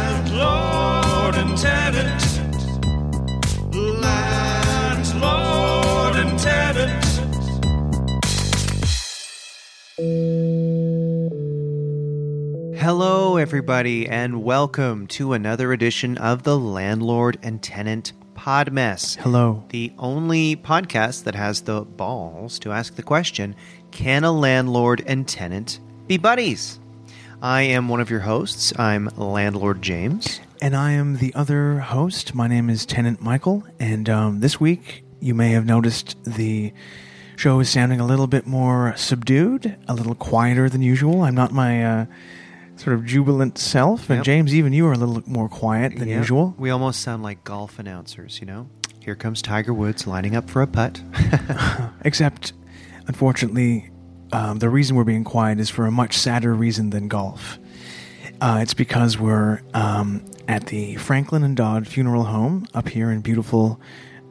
Landlord and tenant. Landlord and tenant. Hello, everybody, and welcome to another edition of the Landlord and Tenant Podmess. Hello. The only podcast that has the balls to ask the question Can a landlord and tenant be buddies? I am one of your hosts. I'm Landlord James. And I am the other host. My name is Tenant Michael. And um, this week, you may have noticed the show is sounding a little bit more subdued, a little quieter than usual. I'm not my uh, sort of jubilant self. And Yep. James, even you are a little more quiet than Yeah, usual. We almost sound like golf announcers, you know? Here comes Tiger Woods lining up for a putt. Except, unfortunately, um, the reason we're being quiet is for a much sadder reason than golf. Uh, it's because we're um, at the Franklin and Dodd Funeral Home up here in beautiful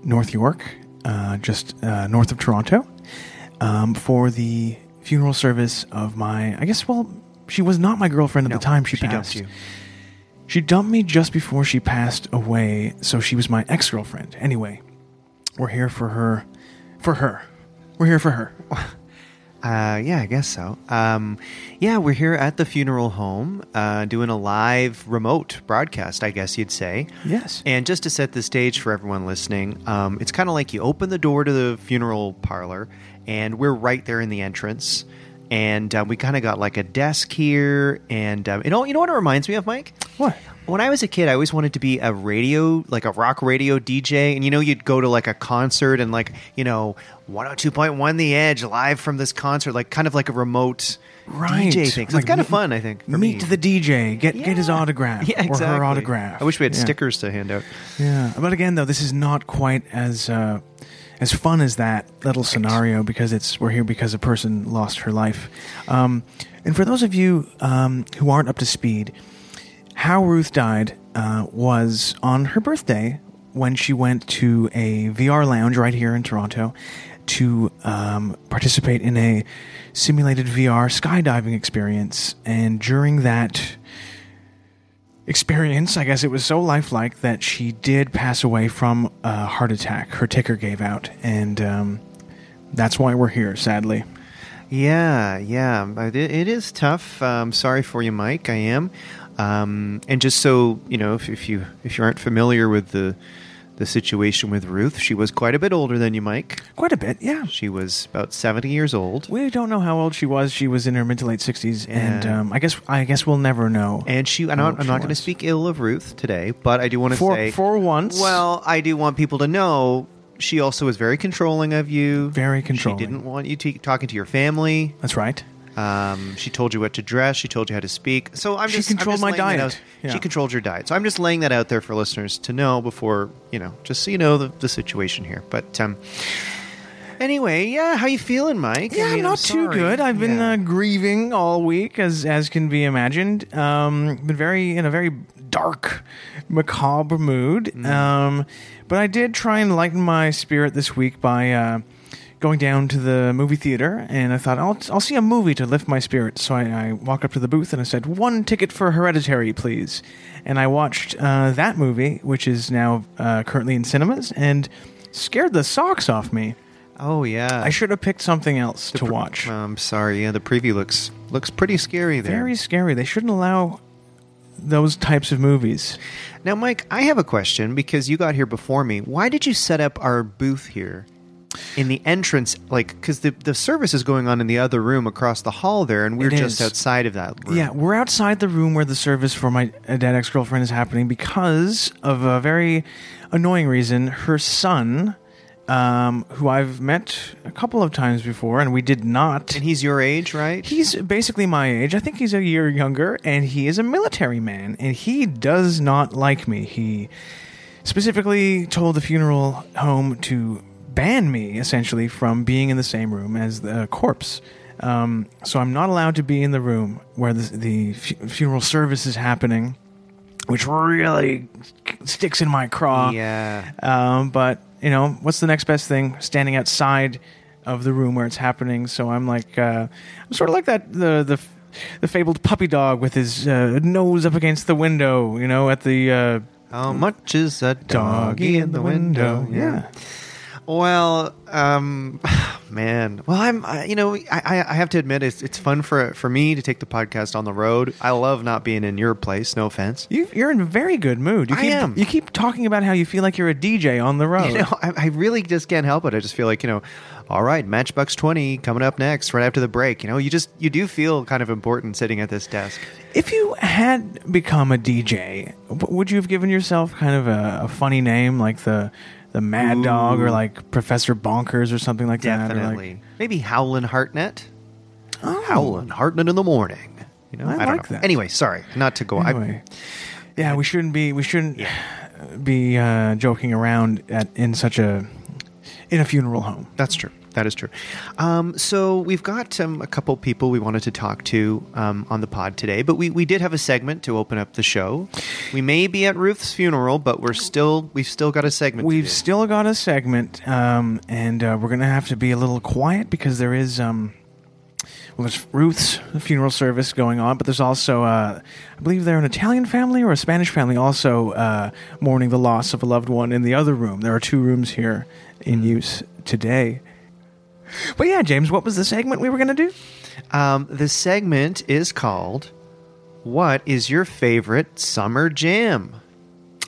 North York, uh, just uh, north of Toronto, um, for the funeral service of my, I guess, well, she was not my girlfriend at No, the time she, she dumped passed. you. She dumped me just before she passed away, so she was my ex girlfriend. Anyway, we're here for her. For her. We're here for her. Uh, yeah, I guess so. Um, yeah, we're here at the funeral home uh, doing a live remote broadcast, I guess you'd say. Yes. And just to set the stage for everyone listening, um, it's kind of like you open the door to the funeral parlor, and we're right there in the entrance. And uh, we kind of got like a desk here, and um, you know, you know what it reminds me of, Mike? What? When I was a kid, I always wanted to be a radio, like a rock radio DJ. And you know, you'd go to like a concert and like, you know, 102.1 The Edge live from this concert, like kind of like a remote Right. DJ thing. So Like it's kind of meet- fun, I think. For Meet me. the DJ. Get get his Yeah. autograph. Yeah, exactly. Or her autograph. I wish we had Yeah. stickers to hand out. Yeah. But again, though, this is not quite as uh, as fun as that little scenario because it's we're here because a person lost her life. Um, and for those of you um, who aren't up to speed, how Ruth died uh, was on her birthday when she went to a VR lounge right here in Toronto to um, participate in a simulated VR skydiving experience. And during that experience. I guess it was so lifelike that she did pass away from a heart attack. Her ticker gave out, and um, that's why we're here, sadly. Yeah, yeah, but it, it is tough. Um, sorry for you, Mike. I am. Um, and just so you know, if, if you if you aren't familiar with the the situation with Ruth, she was quite a bit older than you, Mike. Quite a bit, yeah. She was about seventy years old, We don't know how old she was. She was in her mid to late sixties, and Yeah. um, I guess I guess we'll never know. and she. I'm How not, old I'm she not going to was. speak ill of Ruth today, but I do want to For- say for once. Well, I do want people to know she also was very controlling of you. Very controlling. She didn't want you to, talking to your family. that's right. Um, she told you what to dress. She told you how to speak. So I'm She just controlled I'm my just laying that diet. out- Yeah. She controlled your diet. So I'm just laying that out there for listeners to know before you know, just so you know the, the situation here. But um, anyway, yeah, how you feeling, Mike? I Yeah, mean, I'm not too sorry. good. I've been Yeah. uh, grieving all week, as as can be imagined. Um, been very in a very dark, macabre mood. Mm. Um, but I did try and lighten my spirit this week by uh, going down to the movie theater, and I thought I'll I'll see a movie to lift my spirits. So I, I walked up to the booth and I said, "One ticket for Hereditary, please." And I watched uh, that movie, which is now uh, currently in cinemas, and scared the socks off me. oh yeah. I should have picked something else to Pre- watch. I'm sorry. Yeah, the preview looks looks pretty scary there. Very scary. They shouldn't allow those types of movies. Now, Mike, I have a question because you got here before me. Why did you set up our booth here in the entrance? Like, because the, the service is going on in the other room across the hall there, and we're It just is. outside of that room. Yeah, we're outside the room where the service for my uh, dead ex girlfriend is happening because of a very annoying reason. Her son, um, who I've met a couple of times before, and we did not. And he's your age, right? He's basically my age. I think he's a year younger, and he is a military man, and he does not like me. He specifically told the funeral home to ban me, essentially, from being in the same room as the corpse. Um, so I'm not allowed to be in the room where the, the fu- funeral service is happening, which really sticks in my craw. yeah. Um, but you know, what's the next best thing? Standing outside of the room where it's happening. So I'm like, uh, I'm sort of like that the the the fabled puppy dog with his uh, nose up against the window, you know, at the uh, How much is a doggy in the window? Yeah. Well, um, man. Well, I'm. I, you know, I, I I have to admit, it's it's fun for for me to take the podcast on the road. I love not being in your place. No offense. You, you're in a very good mood. You I keep, am. You keep talking about how you feel like you're a DJ on the road. You know, I, I really just can't help it. I just feel like you know, all right, Matchbox Twenty coming up next, right after the break. You know, you just you do feel kind of important sitting at this desk. If you had become a DJ, w- would you have given yourself kind of a, a funny name like the the Mad Dog or like Professor Bonkers or something like that? or, like- Definitely, maybe Howlin' Hartnett. Oh, Howlin' Hartnett in the morning. You know, I don't like know. that. Anyway, sorry, not to go. Anyway, Oh, yeah, we shouldn't be we shouldn't be uh, joking around at in such a in a funeral home. I, that's true. That is true. Um, so we've got um, a couple people we wanted to talk to um, on the pod today, but we, we did have a segment to open up the show. We may be at Ruth's funeral, but we're still we've still got a segment. to We've do. still got a segment, um, and uh, we're gonna have to be a little quiet because there is. Um, well, there's Ruth's funeral service going on, but there's also, uh, I believe they're an Italian family or a Spanish family also uh, mourning the loss of a loved one in the other room. There are two rooms here in use today. But yeah, James, what was the segment we were going to do? Um, the segment is called "What is your favorite summer jam?"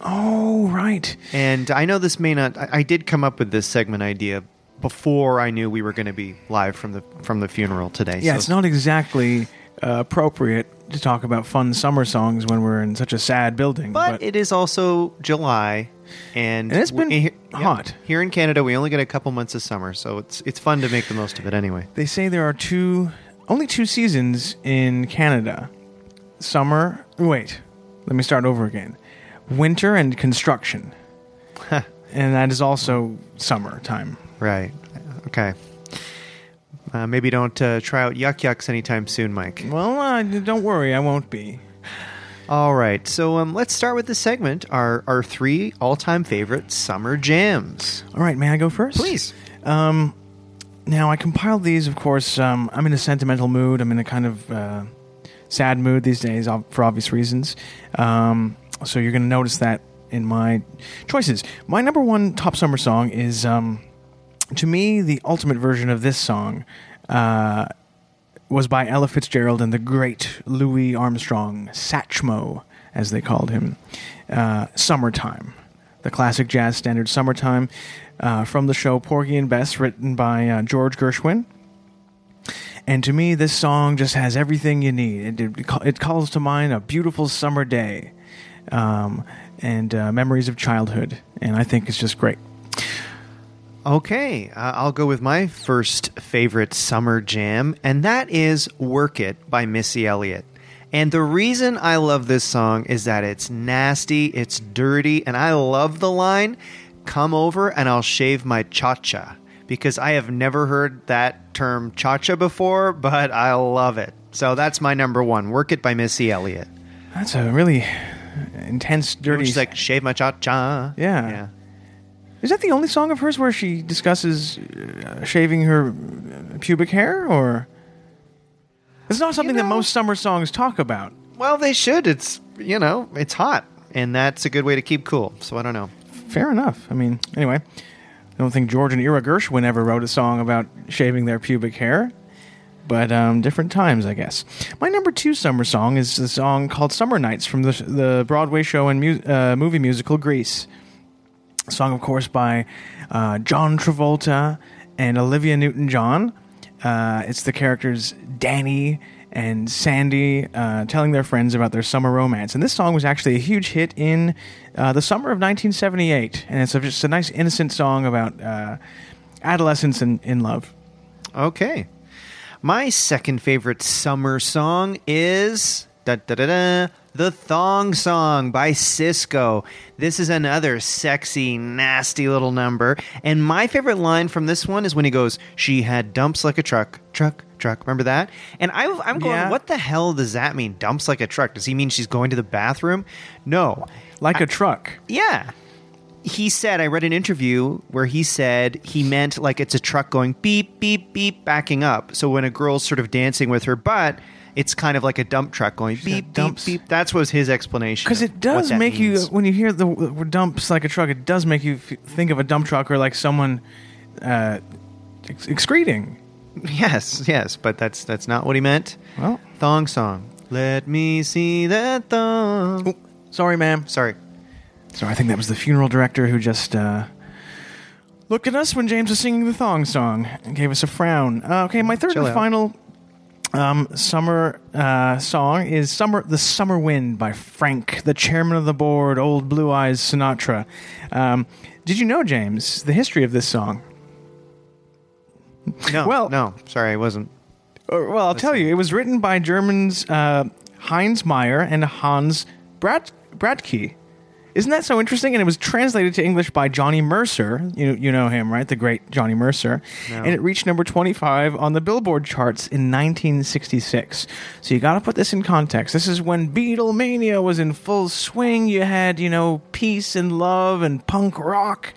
Oh, right. And I know this may not. I, I did come up with this segment idea before I knew we were going to be live from the from the funeral today. Yeah, so- it's not exactly uh, appropriate to talk about fun summer songs when we're in such a sad building. But, it is also July, and, And it's been we- here- hot. here in Canada. We only get a couple months of summer, so it's it's fun to make the most of it anyway. they say there are two, only two seasons in Canada summer. Wait, let me start over again winter and construction. and that is also summertime. Right? Okay. Uh, maybe don't uh, try out yuck yucks anytime soon, Mike. Well, uh, don't worry, I won't be. All right, so um, let's start with this segment. Our our three all time favorite summer jams. All right, may I go first? Please. Um, now I compiled these. Of course, um, I'm in a sentimental mood. I'm in a kind of uh, sad mood these days, ob- for obvious reasons. Um, so you're going to notice that in my choices. My number one top summer song is, um, to me, the ultimate version of this song. Uh, was by Ella Fitzgerald and the great Louis Armstrong, Satchmo, as they called him. Uh, Summertime, the classic jazz standard Summertime uh, from the show Porgy and Bess, written by uh, George Gershwin. And to me, this song just has everything you need. It, it, ca- it calls to mind a beautiful summer day um, and uh, memories of childhood. And I think it's just great. Okay, uh, I'll go with my first favorite summer jam, and that is "Work It" by Missy Elliott. And the reason I love this song is that it's nasty, it's dirty, and I love the line, "Come over and I'll shave my cha cha," because I have never heard that term cha cha before, but I love it. So that's my number one, "Work It" by Missy Elliott. That's a really intense, dirty. She's like, shave my cha cha. Yeah. Is that the only song of hers where she discusses uh, shaving her uh, pubic hair, or it's not something that know- most summer songs talk about? Well, they should. It's, you know, it's hot. And that's a good way to keep cool. So I don't know. Fair enough. I mean, anyway, I don't think George and Ira Gershwin ever wrote a song about shaving their pubic hair, but um, different times, I guess. My number two summer song is the song called "Summer Nights" from the the Broadway show and mu- uh, movie musical Grease. song, of course, by uh, John Travolta and Olivia Newton John. Uh, it's the characters Danny and Sandy uh, telling their friends about their summer romance. And this song was actually a huge hit in uh, the summer of 1978. And it's a, just a nice, innocent song about uh, adolescence and in love. Okay. My second favorite summer song is da, da, da, da, The Thong Song by Cisco. This is another sexy, nasty little number. And my favorite line from this one is when he goes, She had dumps like a truck, truck, truck. Remember that? And I, I'm going, Yeah. What the hell does that mean? Dumps like a truck? Does he mean she's going to the bathroom? No. Like a truck. Yeah. he said, I read an interview where he said he meant like it's a truck going beep, beep, beep, backing up. So when a girl's sort of dancing with her butt, it's kind of like a dump truck going beep, beep, dumps. beep. That's was his explanation. Because of it what does that make means. you, when you hear the w- dumps like a truck, it does make you f- think of a dump truck or like someone uh, ex- excreting. Yes, yes, but that's that's not what he meant. Well, Thong song. Let me see that thong. sorry, ma'am. Sorry. So I think that was the funeral director who just uh, looked at us when James was singing the thong song and gave us a frown. Uh, okay, my third Chill and out. final um, summer uh, song is "Summer," the Summer Wind by Frank, the chairman of the board, Old Blue Eyes Sinatra. Um, did you know, James, the history of this song? No. Well- no. Sorry, I wasn't. Or, well, I'll tell you, it was written by Germans uh, Heinz Meyer and Hans Brat- Bratke. Isn't that so interesting? And it was translated to English by Johnny Mercer. You you know him, right? The great Johnny Mercer. And it reached number 25 on the Billboard charts in 1966. So you got to put this in context. This is when Beatlemania was in full swing. You had, you know, peace and love and punk rock.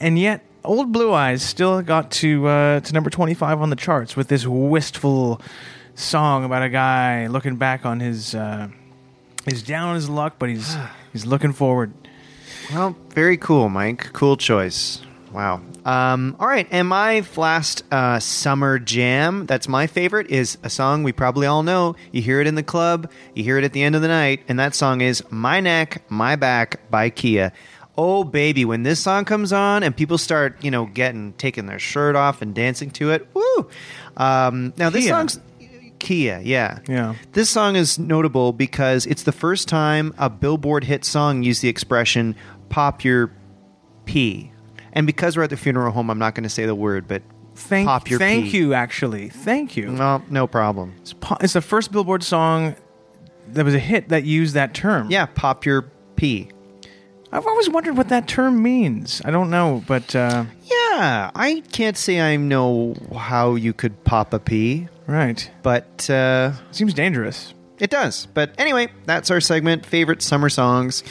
And yet Old Blue Eyes still got to uh, to number 25 on the charts with this wistful song about a guy looking back on his uh, He's down on his luck, but he's he's looking forward. Well, very cool, Mike. Cool choice. Wow. Um, all right, and my last uh, summer jam that's my favorite is a song we probably all know. You hear it in the club, you hear it at the end of the night, and that song is My Neck, My Back by Kia. Oh, baby, when this song comes on and people start, you know, getting, taking their shirt off and dancing to it, woo! Um, now, this Kia. song's Kia, yeah. Yeah. This song is notable because it's the first time a Billboard hit song used the expression pop your pee. And because we're at the funeral home, I'm not going to say the word, but Thank, pop your thank pee. you, actually, thank you. No, no problem. It's, po- it's the first Billboard song that was a hit that used that term. Yeah, pop your pee. I've always wondered what that term means. I don't know, but uh, Yeah, I can't say I know how you could pop a pee, right, but uh, seems dangerous. It does. But anyway, that's our segment, favorite summer songs.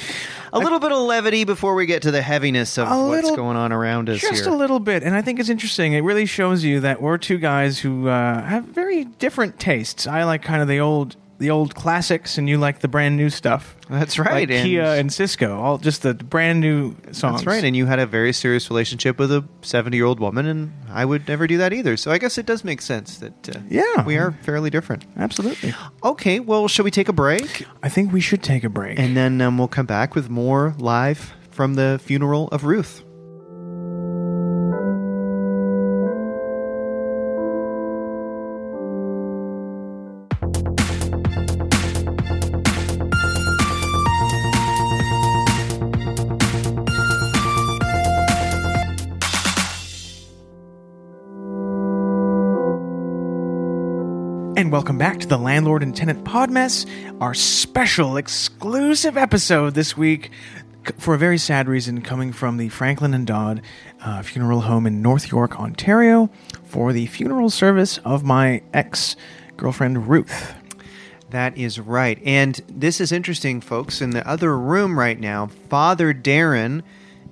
A little bit of levity before we get to the heaviness of A what's little- going on around us Just here. a little bit, and I think it's interesting. It really shows you that we're two guys who uh, have very different tastes. I like kind of the old the old classics, and you like the brand new stuff. That's right. Like and- Kia and Cisco, all just the brand new songs. that's right. And you had a very serious relationship with a 70 year old woman, and I would never do that either. So I guess it does make sense that uh, Yeah. we are fairly different. Absolutely. Okay, well, shall we take a break? I think we should take a break. And then um, we'll come back with more live from the funeral of Ruth. And welcome back to the Landlord and Tenant Podmess, our special exclusive episode this week. c- For a very sad reason, coming from the Franklin and Dodd uh, funeral home in North York, Ontario, for the funeral service of my ex girlfriend Ruth. That is right. And this is interesting, folks. In the other room right now, Father Darren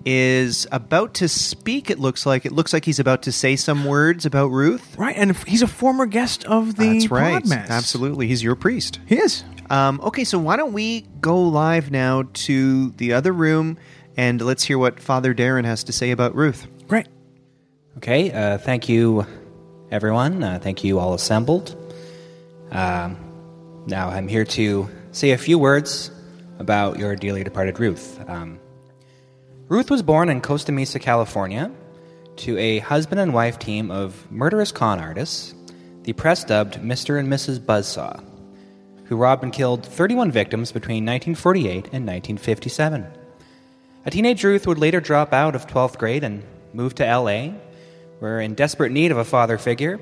is about to speak, it looks like. It looks like he's about to say some words about Ruth. Right, and f- he's a former guest of the That's right. Podmess. Absolutely. He's your priest. He is. Um, okay, so why don't we go live now to the other room and let's hear what Father Darren has to say about Ruth. Great. Okay, uh, thank you, everyone. Uh, thank you, all assembled. Um, now, I'm here to say a few words about your dearly departed Ruth. Um, Ruth was born in Costa Mesa, California, to a husband and wife team of murderous con artists, the press dubbed Mr. and Mrs. Buzzsaw, who robbed and killed 31 victims between 1948 and 1957. A teenage Ruth would later drop out of 12th grade and move to LA, where, in desperate need of a father figure,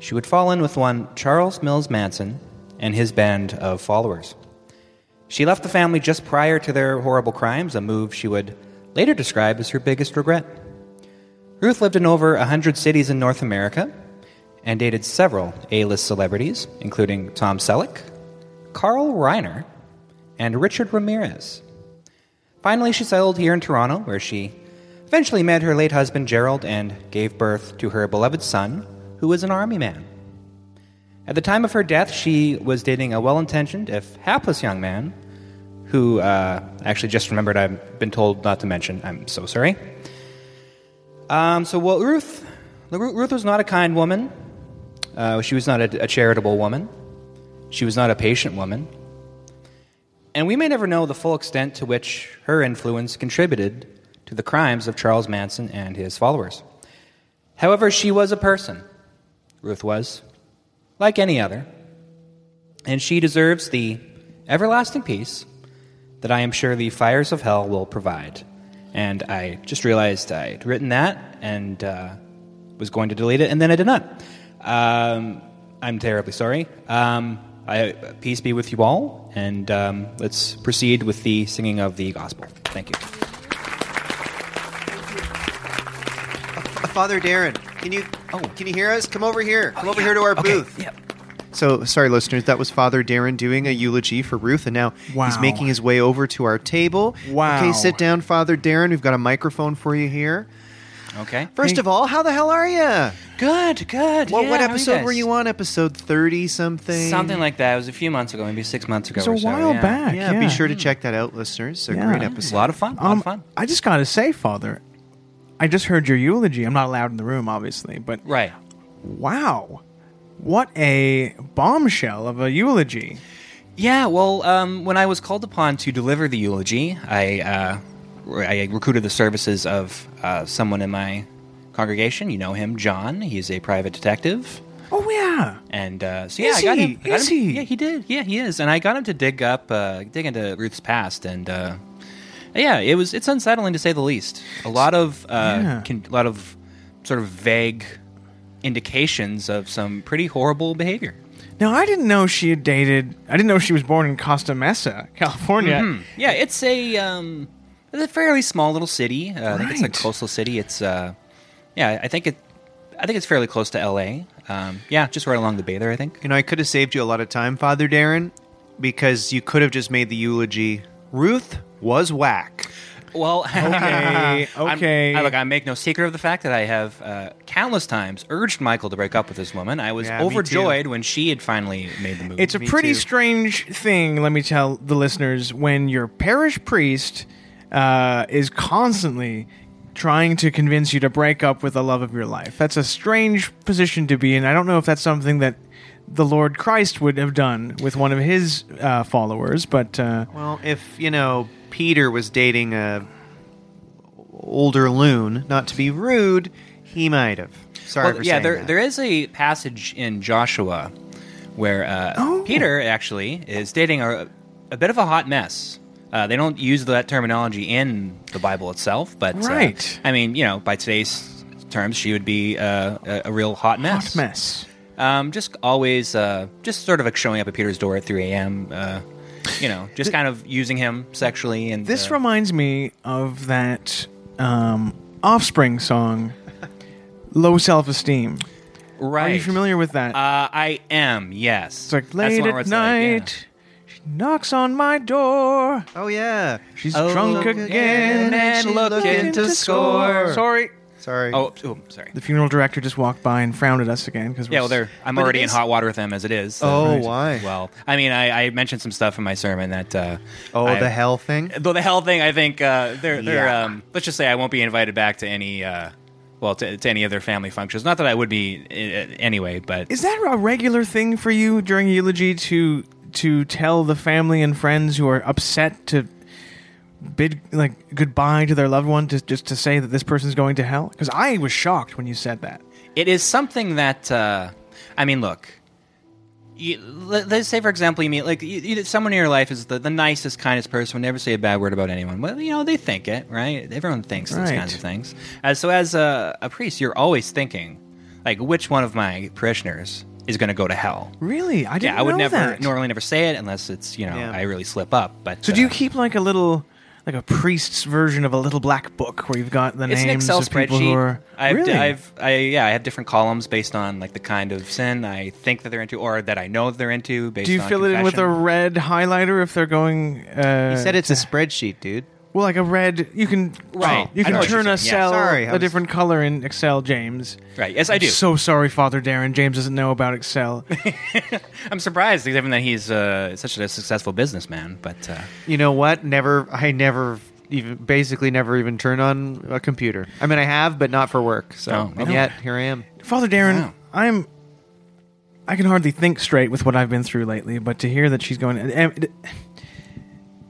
she would fall in with one Charles Mills Manson and his band of followers. She left the family just prior to their horrible crimes, a move she would later describe as her biggest regret. Ruth lived in over 100 cities in North America and dated several A list celebrities, including Tom Selleck, Carl Reiner, and Richard Ramirez. Finally, she settled here in Toronto, where she eventually met her late husband Gerald and gave birth to her beloved son, who was an army man. At the time of her death, she was dating a well intentioned, if hapless, young man who uh, actually just remembered I've been told not to mention. I'm so sorry. Um, so, well, Ruth, Ru- Ruth was not a kind woman. Uh, she was not a, a charitable woman. She was not a patient woman. And we may never know the full extent to which her influence contributed to the crimes of Charles Manson and his followers. However, she was a person. Ruth was, like any other. And she deserves the everlasting peace that I am sure the fires of hell will provide. And I just realized I'd written that and uh, was going to delete it, and then I did not. Um, I'm terribly sorry. Um, I, peace be with you all, and um, let's proceed with the singing of the gospel. Thank you. Uh, Father Darren, can you Oh. can you hear us? Come over here. Come over here to our Okay, booth. Oh, yeah. So sorry, listeners. That was Father Darren doing a eulogy for Ruth, and now he's Wow. making his way over to our table. Wow. Okay, sit down, Father Darren. We've got a microphone for you here. Okay. First Hey. of all, how the hell are you? Good, good. Well, Yeah, what how are episode guys? were you on? Episode thirty something. Something like that. It was a few months ago, maybe six months ago. It was a or so, while yeah. Hmm. back. Yeah, yeah. Be sure to check that out, listeners. A Yeah. great It was a episode. lot of fun. A lot Um, of fun. I just gotta say, Father, I just heard your eulogy. I'm not allowed in the room, obviously, but Right. wow, what a bombshell of a eulogy! Yeah, well, um, when I was called upon to deliver the eulogy, I, uh, re- I recruited the services of uh, someone in my congregation. You know him, John. He's a private detective. Oh yeah, And uh, so yeah, Is I got he? him. I got Is him- he? Yeah, he did. Yeah, he is. And I got him to dig up, uh, dig into Ruth's past, and uh, yeah, it was it's unsettling to say the least. A lot of uh, Yeah. con- a lot of sort of vague indications of some pretty horrible behavior. Now I didn't know she had dated. I didn't know she was born in Costa Mesa, California. Hmm. Yeah, it's a um, it's a fairly small little city. Uh, I think it's a Right. coastal city. It's uh, yeah, I think it, I think it's fairly close to L.A. Um, yeah, just right along the bay there. I think. You know, I could have saved you a lot of time, Father Darren, because you could have just made the eulogy. Ruth was whack. Well, Okay, I'm- okay. I, look, I make no secret of the fact that I have uh, countless times urged Michael to break up with this woman. I was Yeah, me too. overjoyed when she had finally made the move. It's a Me pretty too. strange thing, let me tell the listeners, when your parish priest uh, is constantly trying to convince you to break up with the love of your life. That's a strange position to be in. I don't know if that's something that the Lord Christ would have done with one of his uh, followers, but uh, Well, if you know Peter was dating a older loon, not to be rude, he might have. Sorry Well, for yeah, saying there that. there is a passage in Joshua where uh, Oh. Peter actually is dating a, a bit of a hot mess. Uh, they don't use that terminology in the Bible itself, but uh, Right. I mean, you know, by today's terms, she would be uh, a, a real hot mess. hot mess. Um, just always, uh, just sort of like showing up at Peter's door at 3 a.m. Uh, you know, just kind of using him sexually and This uh, reminds me of that um, Offspring song, Low Self Esteem. right. Are you familiar with that? Uh, I am. Yes. It's like That's the late one where at it's like, yeah. night, she knocks on my door. oh yeah. She's Oh, drunk look again again, and and she's looking to score. Sorry. Sorry. Oh, oh, sorry. The funeral director just walked by and frowned at us again because Yeah, well, they're, I'm But it already in is- hot water with them as it is. so- Oh, why? Well, I mean, I, I mentioned some stuff in my sermon that. Uh, oh, I- the hell thing. Though the hell thing, I think uh, they're, they're Yeah. um, let's just say I won't be invited back to any, uh, well, to, to any of their family functions. Not that I would be uh, anyway, but Is that a regular thing for you during eulogy to to tell the family and friends who are upset to bid like goodbye to their loved one to, just to say that this person's going to hell? Because I was shocked when you said that. it is something that uh, I mean, look. You, let, us say, for example, you meet like you, you, someone in your life is the, the nicest, kindest person. Would never say a bad word about anyone. Well, you know they think it, right? Everyone thinks those Right. kinds of things. As, so, as a, a priest, you're always thinking, like, which one of my parishioners is going to go to hell? Really, I didn't. yeah, I would know never that. normally never say it unless it's you know Yeah. I really slip up. But So do you uh, keep like a little, like a priest's version of a little black book where you've got the It's an names Excel of people who spreadsheet. are I've, really? I've, I, yeah, I have different columns based on like the kind of sin I think that they're into, or that I know that they're into. Based do you on fill it in with a confession. red highlighter if they're going? Uh, He said it's a spreadsheet, dude. Well, like a red, you can oh, Right. You I know can what turn you're a saying. Yeah. cell Sorry, I a was- different color in Excel, James. Right. Yes, I do. So sorry, Father Darren. James doesn't know about Excel. I'm surprised, given that he's uh, such a successful businessman. But uh, You know what? Never. I never even basically never even turn on a computer. I mean, I have, but not for work. So Oh, and okay. yet here I am. Father Darren, Wow. I'm. I can hardly think straight with what I've been through lately, but to hear that she's going. am- d-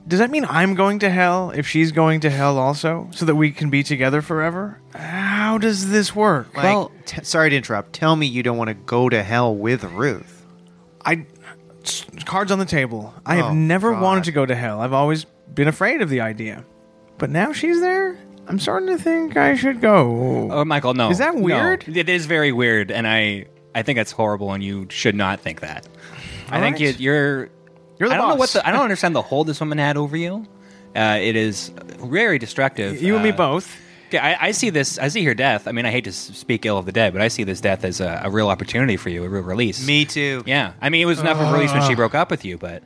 Does that mean I'm going to hell if she's going to hell also, so that we can be together forever? How does this work? Like, Well- t- sorry to interrupt. Tell me you don't want to go to hell with Ruth. I s- cards on the table. I Oh, have never God. wanted to go to hell. I've always been afraid of the idea. But now she's there. I'm starting to think I should go. oh, Michael, no, Is that No. weird? It is very weird, and I I think that's horrible, and you should not think that. I All think right. you, you're. You're the I don't know what boss. the, I don't understand the hold this woman had over you. Uh, it is very destructive. you and me Uh, both. Okay, I, I see this. I see her death. I mean, I hate to s- speak ill of the dead, but I see this death as a, a real opportunity for you, a real release. Me too. Yeah, I mean, it was enough of a release when she broke up with you, but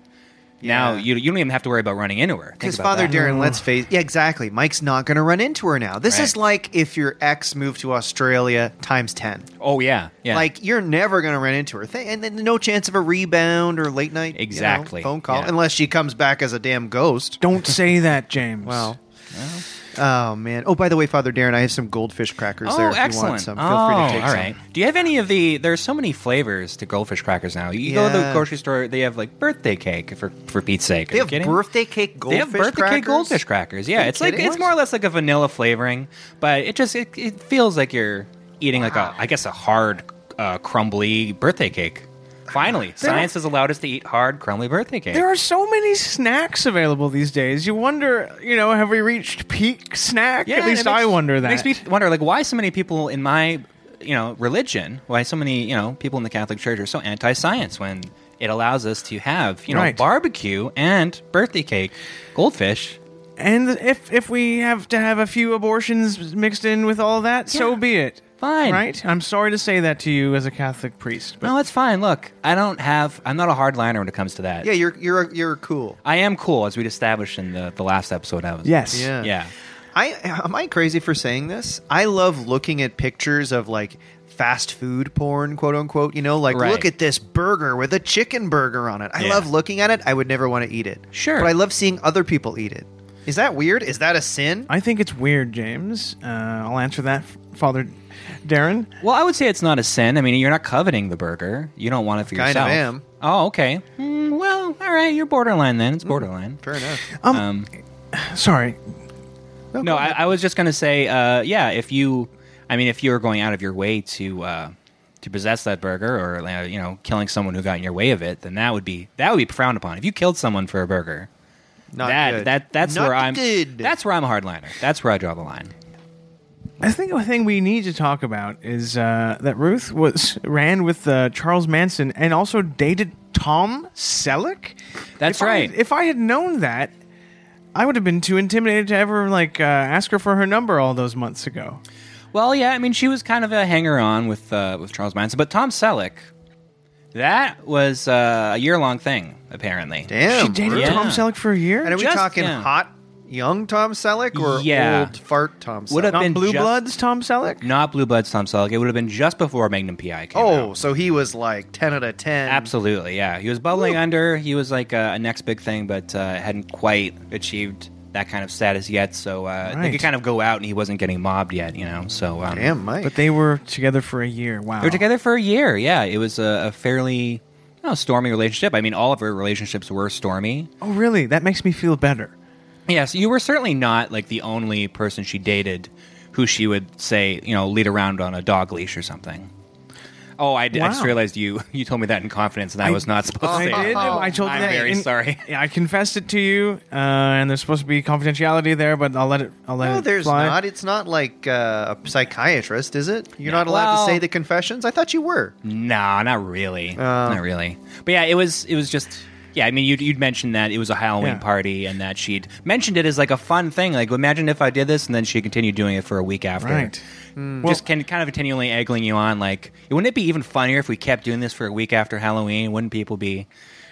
now Yeah. you you don't even have to worry about running into her. Think Because about Father that. Darren, let's face yeah, exactly. Mike's not going to run into her now. This is Right. like if your ex moved to Australia times ten. Oh yeah, yeah. Like you're never going to run into her, Th- and then no chance of a rebound or late night you know, Exactly. phone call Yeah. unless she comes back as a damn ghost. Don't say that, James. Well. Oh man! Oh, by the way, Father Darren, I have some goldfish crackers oh, there. If excellent. you want some, feel oh, free to take all some. right. Do you have any of the? There's so many flavors to goldfish crackers now. You go to the Yeah. grocery store, they have like birthday cake for for Pete's sake. Are They you have kidding? birthday cake They goldfish have birthday crackers. cake goldfish crackers. Yeah, you it's like kidding? it's more or less like a vanilla flavoring, but it just it, it feels like you're eating like a I guess a hard uh, crumbly birthday cake. Finally, science has allowed us to eat hard crumbly birthday cake. There are so many snacks available these days. You wonder, you know, have we reached peak snack? At and it least I makes- wonder it that. Makes me wonder, like, why so many people in my, you know, religion, why so many, you know, people in the Catholic Church are so anti-science when it allows us to have, you know, Right. barbecue and birthday cake, goldfish. and if if we have to have a few abortions mixed in with all that, so Yeah. be it. Fine. Right? I'm sorry to say that to you as a Catholic priest, but No, that's fine. Look, I don't have, I'm not a hardliner when it comes to that. Yeah, you're you're you're cool. I am cool, as we established in the, the last episode. I was. yes. Yeah. Yeah. I am I crazy for saying this? I love looking at pictures of like fast food porn, quote unquote. You know, like Right. look at this burger with a chicken burger on it. I Yeah. love looking at it. I would never want to eat it. Sure. but I love seeing other people eat it. Is that weird? Is that a sin? I think it's weird, James. Uh, I'll answer that, Father Darren. Well, I would say it's not a sin. I mean, you're not coveting the burger. You don't want it for Kind of yourself. am. Oh, okay. Mm, well, all right. You're borderline then. Mm-hmm. It's borderline. Fair enough. Um, Um, sorry. go No, I, ahead. I was just gonna say, uh, yeah. If you, I mean, if you were going out of your way to uh, to possess that burger, or uh, you know, killing someone who got in your way of it, then that would be that would be frowned upon. If you killed someone for a burger, Not that good. that that's Not where I'm. good. That's where I'm a hardliner. That's where I draw the line. I think the thing we need to talk about is uh, that Ruth was ran with uh, Charles Manson and also dated Tom Selleck. That's If I- right. if I had known that, I would have been too intimidated to ever like uh, ask her for her number all those months ago. Well, yeah, I mean, she was kind of a hanger-on with uh, with Charles Manson, but Tom Selleck, that was uh, a year-long thing apparently. damn. she dated Ruth. Yeah. Tom Selleck for a year. And are we Just- talking yeah. hot young Tom Selleck or Yeah. old fart Tom Selleck? Would have Not been Blue just- Bloods, Tom Selleck. Not Blue Bloods Tom Selleck. It would have been just before Magnum PI came out. oh, so he was like ten out of ten. Absolutely, yeah. He was bubbling under. He was like uh, a, a next big thing, but uh, hadn't quite achieved that kind of status yet. So uh, they could Right. kind of go out, and he wasn't getting mobbed yet, you know. So um, Damn, Mike. But they were together for a year. Wow. they were together for a year. Yeah, it was a, a fairly you know, stormy relationship. I mean, all of her relationships were stormy. Oh, really? That makes me feel better. Yeah, so you were certainly not like the only person she dated who she would say, you know, lead around on a dog leash or something. Oh, I, did, I just Wow. realized you you told me that in confidence, and I, was not supposed to I say that. did. I told you Oh, I'm that. very in- sorry. Yeah, I confessed it to you, uh, and there's supposed to be confidentiality there, but I'll let it. I'll let No, it there's fly. not. It's not like uh, a psychiatrist, is it? You're not allowed Well- Mm, to say the confessions. I thought you were. No, not really. Oh. not really. But yeah, it was it was just yeah, I mean you'd you'd mentioned that it was a Halloween Yeah. party and that she'd mentioned it as like a fun thing. Like imagine if I did this and then she continued doing it for a week after. Right. Mm-hmm. Just can kind of continually eggling you on like wouldn't it be even funnier if we kept doing this for a week after Halloween? Wouldn't people be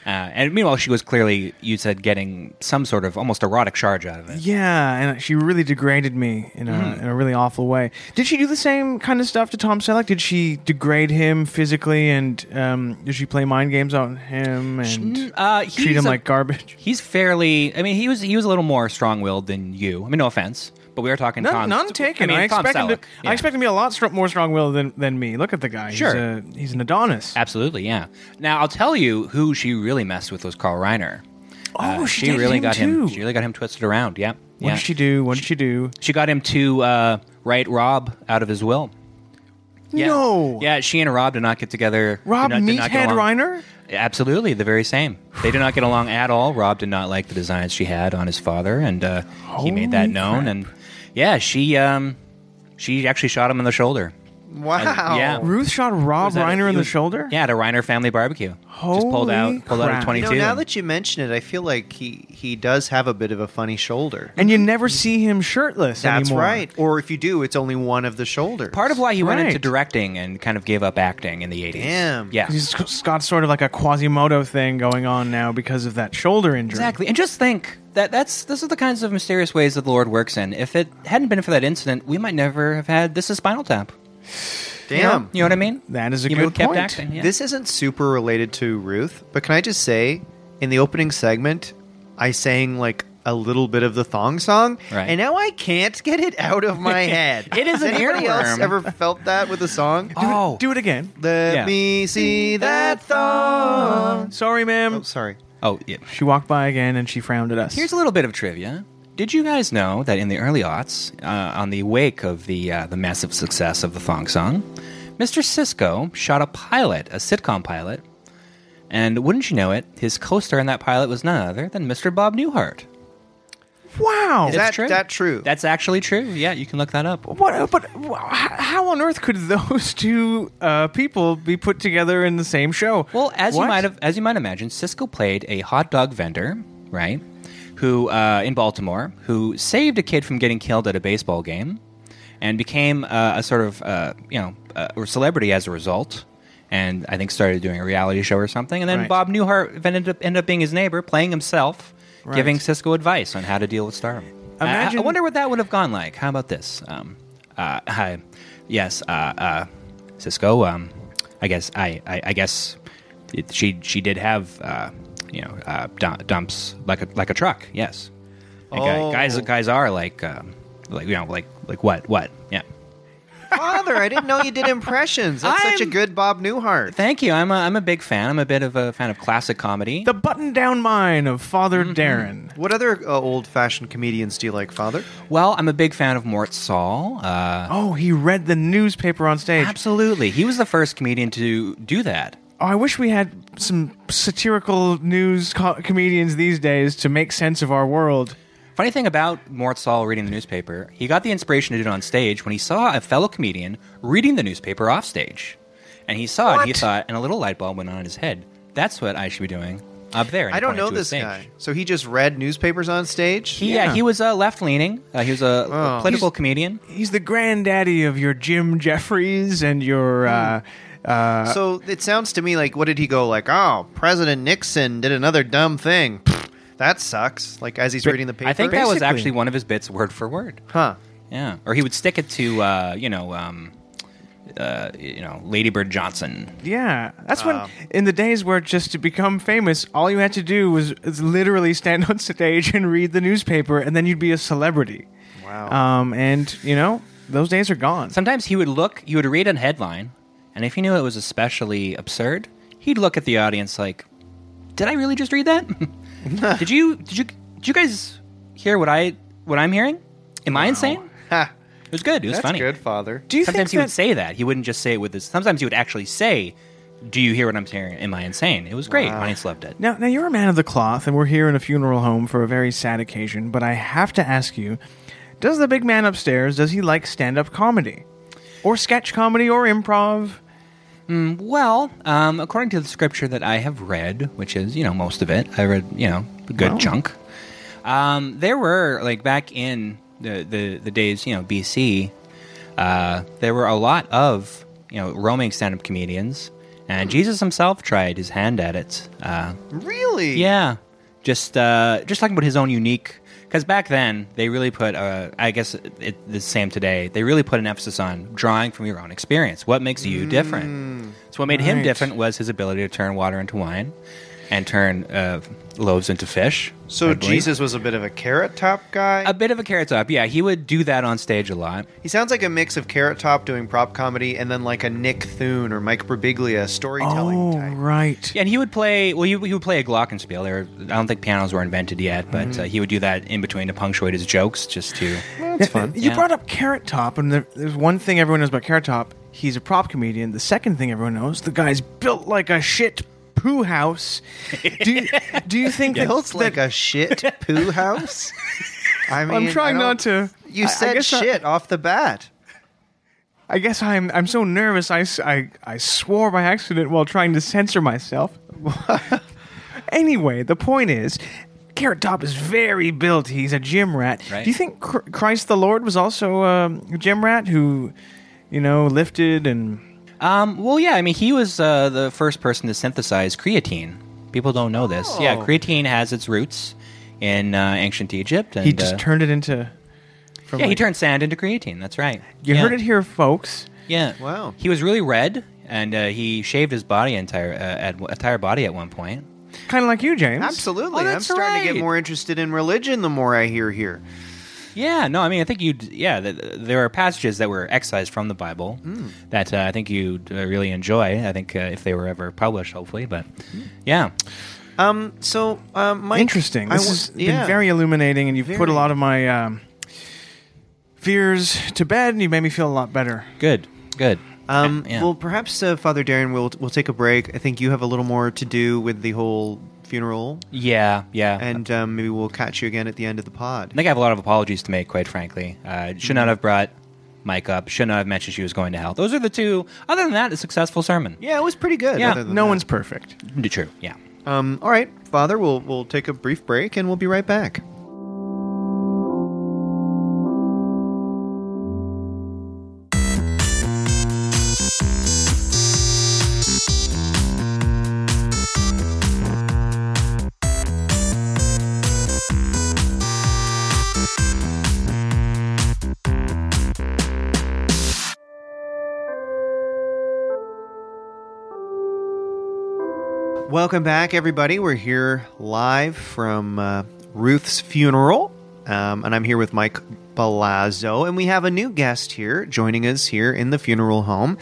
Uh, and meanwhile, she was clearly, you said, getting some sort of almost erotic charge out of it. Yeah, and she really degraded me in a, in a really awful way. Did she do the same kind of stuff to Tom Selleck? Did she degrade him physically, and um, did she play mind games on him and Uh, treat he's him a- like garbage? He's fairly. I mean, he was he was a little more strong-willed than you. I mean, no offense, but we are talking None, Tom. none taken. I, mean, Tom expect him to. Selleck. Yeah. I expect him to be a lot str- more strong-willed than, than me. Look at the guy. Sure. he's, a, he's an Adonis. Absolutely, yeah. Now I'll tell you who she really messed with was Carl Reiner. Uh, Oh, she dated really him got him. too. She really got him twisted around. Yeah, What yeah. did she do? What did she do? She got him to uh, write Rob out of his will. Yeah. No. Yeah, she and Rob did not get together. did Rob not- did not get Meathead along. Reiner. Absolutely, the very same. They did not get along at all. Rob did not like the designs she had on his father, and uh, he made that Holy known. crap. And yeah, she um, she actually shot him in the shoulder. Wow. Yeah. Ruth shot Rob Was that- Reiner in he the was- shoulder. Yeah, at a Reiner family barbecue. Just pulled Holy out, pulled out crap. of You twenty know, two. now that you mention it, I feel like he, he does have a bit of a funny shoulder. And you never see him shirtless That's anymore. right. Or if you do, it's only one of the shoulders. Part of why he went Right. into directing and kind of gave up acting in the eighties. Damn. Yeah. He's he's got sort of like a Quasimodo thing going on now because of that shoulder injury. Exactly. And just think that that's this is the kinds of mysterious ways that the Lord works in. If it hadn't been for that incident, we might never have had this is Spinal Tap. Damn. You know what I mean? That is a you good would've kept point. acting. yeah. This isn't super related to Ruth, but can I just say, in the opening segment, I sang like a little bit of the thong song, Right. and now I can't get it out of my head. It is Has an anybody else earworm. ever felt that with a song? oh. Do it again. Let Yeah. me see that thong. Sorry, ma'am. Oh, sorry. oh, yeah. She walked by again and she frowned at us. Here's a little bit of trivia. Did you guys know that in the early aughts, uh, on the wake of the uh, the massive success of the Thong Song, Mr. Cisco shot a pilot, a sitcom pilot, and wouldn't you know it, his co-star in that pilot was none other than Mr. Bob Newhart. wow. Is that- that true? That's actually true. Yeah, you can look that up. what? But wh- how on earth could those two uh, people be put together in the same show? Well, as What? you might have, as you might imagine, Cisco played a hot dog vendor, right? Who uh, in Baltimore, who saved a kid from getting killed at a baseball game, and became uh, a sort of uh, you know uh, a celebrity as a result. And I think started doing a reality show or something. And then Right. Bob Newhart ended up, ended up being his neighbor, playing himself, Right. giving Cisco advice on how to deal with stardom. I- I- Imagine- I, wonder what that would have gone like. How about this? Um, uh, hi, yes, uh, uh, Cisco. Um, I guess I, I, I guess it, she she did have uh, you know uh, dum- dumps like a like a truck. Yes, And guy- Oh. guys guys are like um, like you know like like what what yeah. Father, I didn't know you did impressions. That's such a I'm- good Bob Newhart. Thank you. I'm a, I'm a big fan. I'm a bit of a fan of classic comedy. the button-down mind of Father Mm-hmm. Darren. what other uh, old-fashioned comedians do you like, Father? well, I'm a big fan of Mort Saul. Uh, Oh, he read the newspaper on stage. absolutely, he was the first comedian to do that. Oh, I wish we had some satirical news co- comedians these days to make sense of our world. Funny thing about Mort Saul reading the newspaper, he got the inspiration to do it on stage when he saw a fellow comedian reading the newspaper off stage. And he saw it, he What? thought, and a little light bulb went on in his head. That's what I should be doing up there. And I he don't pointed know to his this stage. guy. So he just read newspapers on stage. He, yeah. Yeah. he was uh, left leaning. Uh, he was a Oh. political He's- comedian. He's the granddaddy of your Jim Jeffries and your. Uh, uh, So it sounds to me like, what did he go like? Oh, President Nixon did another dumb thing. Pfft, that sucks. Like as he's reading the paper. I think that was Basically. actually one of his bits, word for word. huh? Yeah, or he would stick it to uh, you know, um, uh, you know, Lady Bird Johnson. yeah, that's when in the days where just to become famous, all you had to do was, is literally stand on stage and read the newspaper, and then you'd be a celebrity. Wow. Um, and you know those days are gone. Sometimes he would look, he would read a headline, and if he knew it was especially absurd, he'd look at the audience like, "Did I really just read that? did you? Did you? Did you guys hear what I what I'm hearing? Am I insane? ha, It was good. It was that's funny. good, Father. Do you Sometimes he think would that- say that. He wouldn't just say it with his. Sometimes he would actually say, "Do you hear what I'm hearing? Am I insane? It was great. Audience loved it. Now, now you're a man of the cloth, and we're here in a funeral home for a very sad occasion. But I have to ask you: Does the big man upstairs does he like stand-up comedy, or sketch comedy, or improv? Well, um, according to the scripture that I have read, which is you know most of it, I read you know a good chunk. Um, there were like back in the the, the days you know BC, uh, there were a lot of you know roaming stand up comedians, And Jesus himself tried his hand at it. Uh, Really? yeah, just uh, just talking about his own unique. Because back then they really put, uh, I guess it, it's the same today. They really put an emphasis on drawing from your own experience. What makes Mm. you different? So what made him Right. different was his ability to turn water into wine, and turn uh, loaves into fish. I So believe. Uh, Jesus was a bit of a carrot top guy. a bit of a carrot top. Yeah, he would do that on stage a lot. he sounds like a mix of carrot top doing prop comedy and then like a Nick Thune or Mike Birbiglia storytelling Oh, type. right. Yeah, and he would play. Well, he, he would play a glockenspiel. There, were- I don't think pianos were invented yet, but Mm-hmm. uh, he would do that in between to punctuate his jokes, just to. That's fun. You Yeah. brought up Carrot Top, and there, there's one thing everyone knows about Carrot Top. He's a prop comedian. The second thing everyone knows, the guy's built like a shit poo house. Do you, do you think that, Built like that- a shit poo house. I mean, I'm trying I don't- not to. You I- I said guess I- shit off the bat. I guess I'm I'm so nervous. I, s- I- I swore by accident while trying to censor myself. anyway, the point is, Carrot Top is very built. He's a gym rat. Right. Do you think Chr- Christ the Lord was also um, a gym rat who, you know, lifted and Um, well, yeah, I mean, he was uh, the first person to synthesize creatine. People don't know this. Oh. Yeah, creatine has its roots in uh, ancient Egypt, and he just uh, turned it into? From yeah, he like- turned sand into creatine. That's right. You Yeah. heard it here, folks. Yeah. Wow. He was really red, and uh, he shaved his body entire uh, at, entire body at one point. Kind of like you, James. Absolutely. Oh, I'm that's starting to get right. more interested in religion the more I hear here. Yeah, no, I mean, I think you. Yeah, th- th- there are passages that were excised from the Bible Hmm. that uh, I think you uh, really enjoy. I think uh, if they were ever published, hopefully, but yeah, Um, so, um, Mike, Interesting. I This wa- has yeah. been very illuminating, and you've put Very. a lot of my um, fears to bed, and you made me feel a lot better. good, good. Um, Yeah. Well, perhaps uh, Father Darren will will take a break. I think you have a little more to do with the whole funeral, yeah, yeah. and um, maybe we'll catch you again at the end of the pod. I think I have a lot of apologies to make, quite frankly. Uh, should not have brought Mike up. Should not have mentioned she was going to hell. Those are the two. Other than that, a successful sermon. Yeah, it was pretty good. Yeah, other than No that. one's perfect. True. Yeah. Um, all right, Father, we'll we'll take a brief break, and we'll be right back. Welcome back, everybody. We're here live from uh, Ruth's funeral, um, and I'm here with Mike Palazzo, and we have a new guest here joining us here in the funeral home,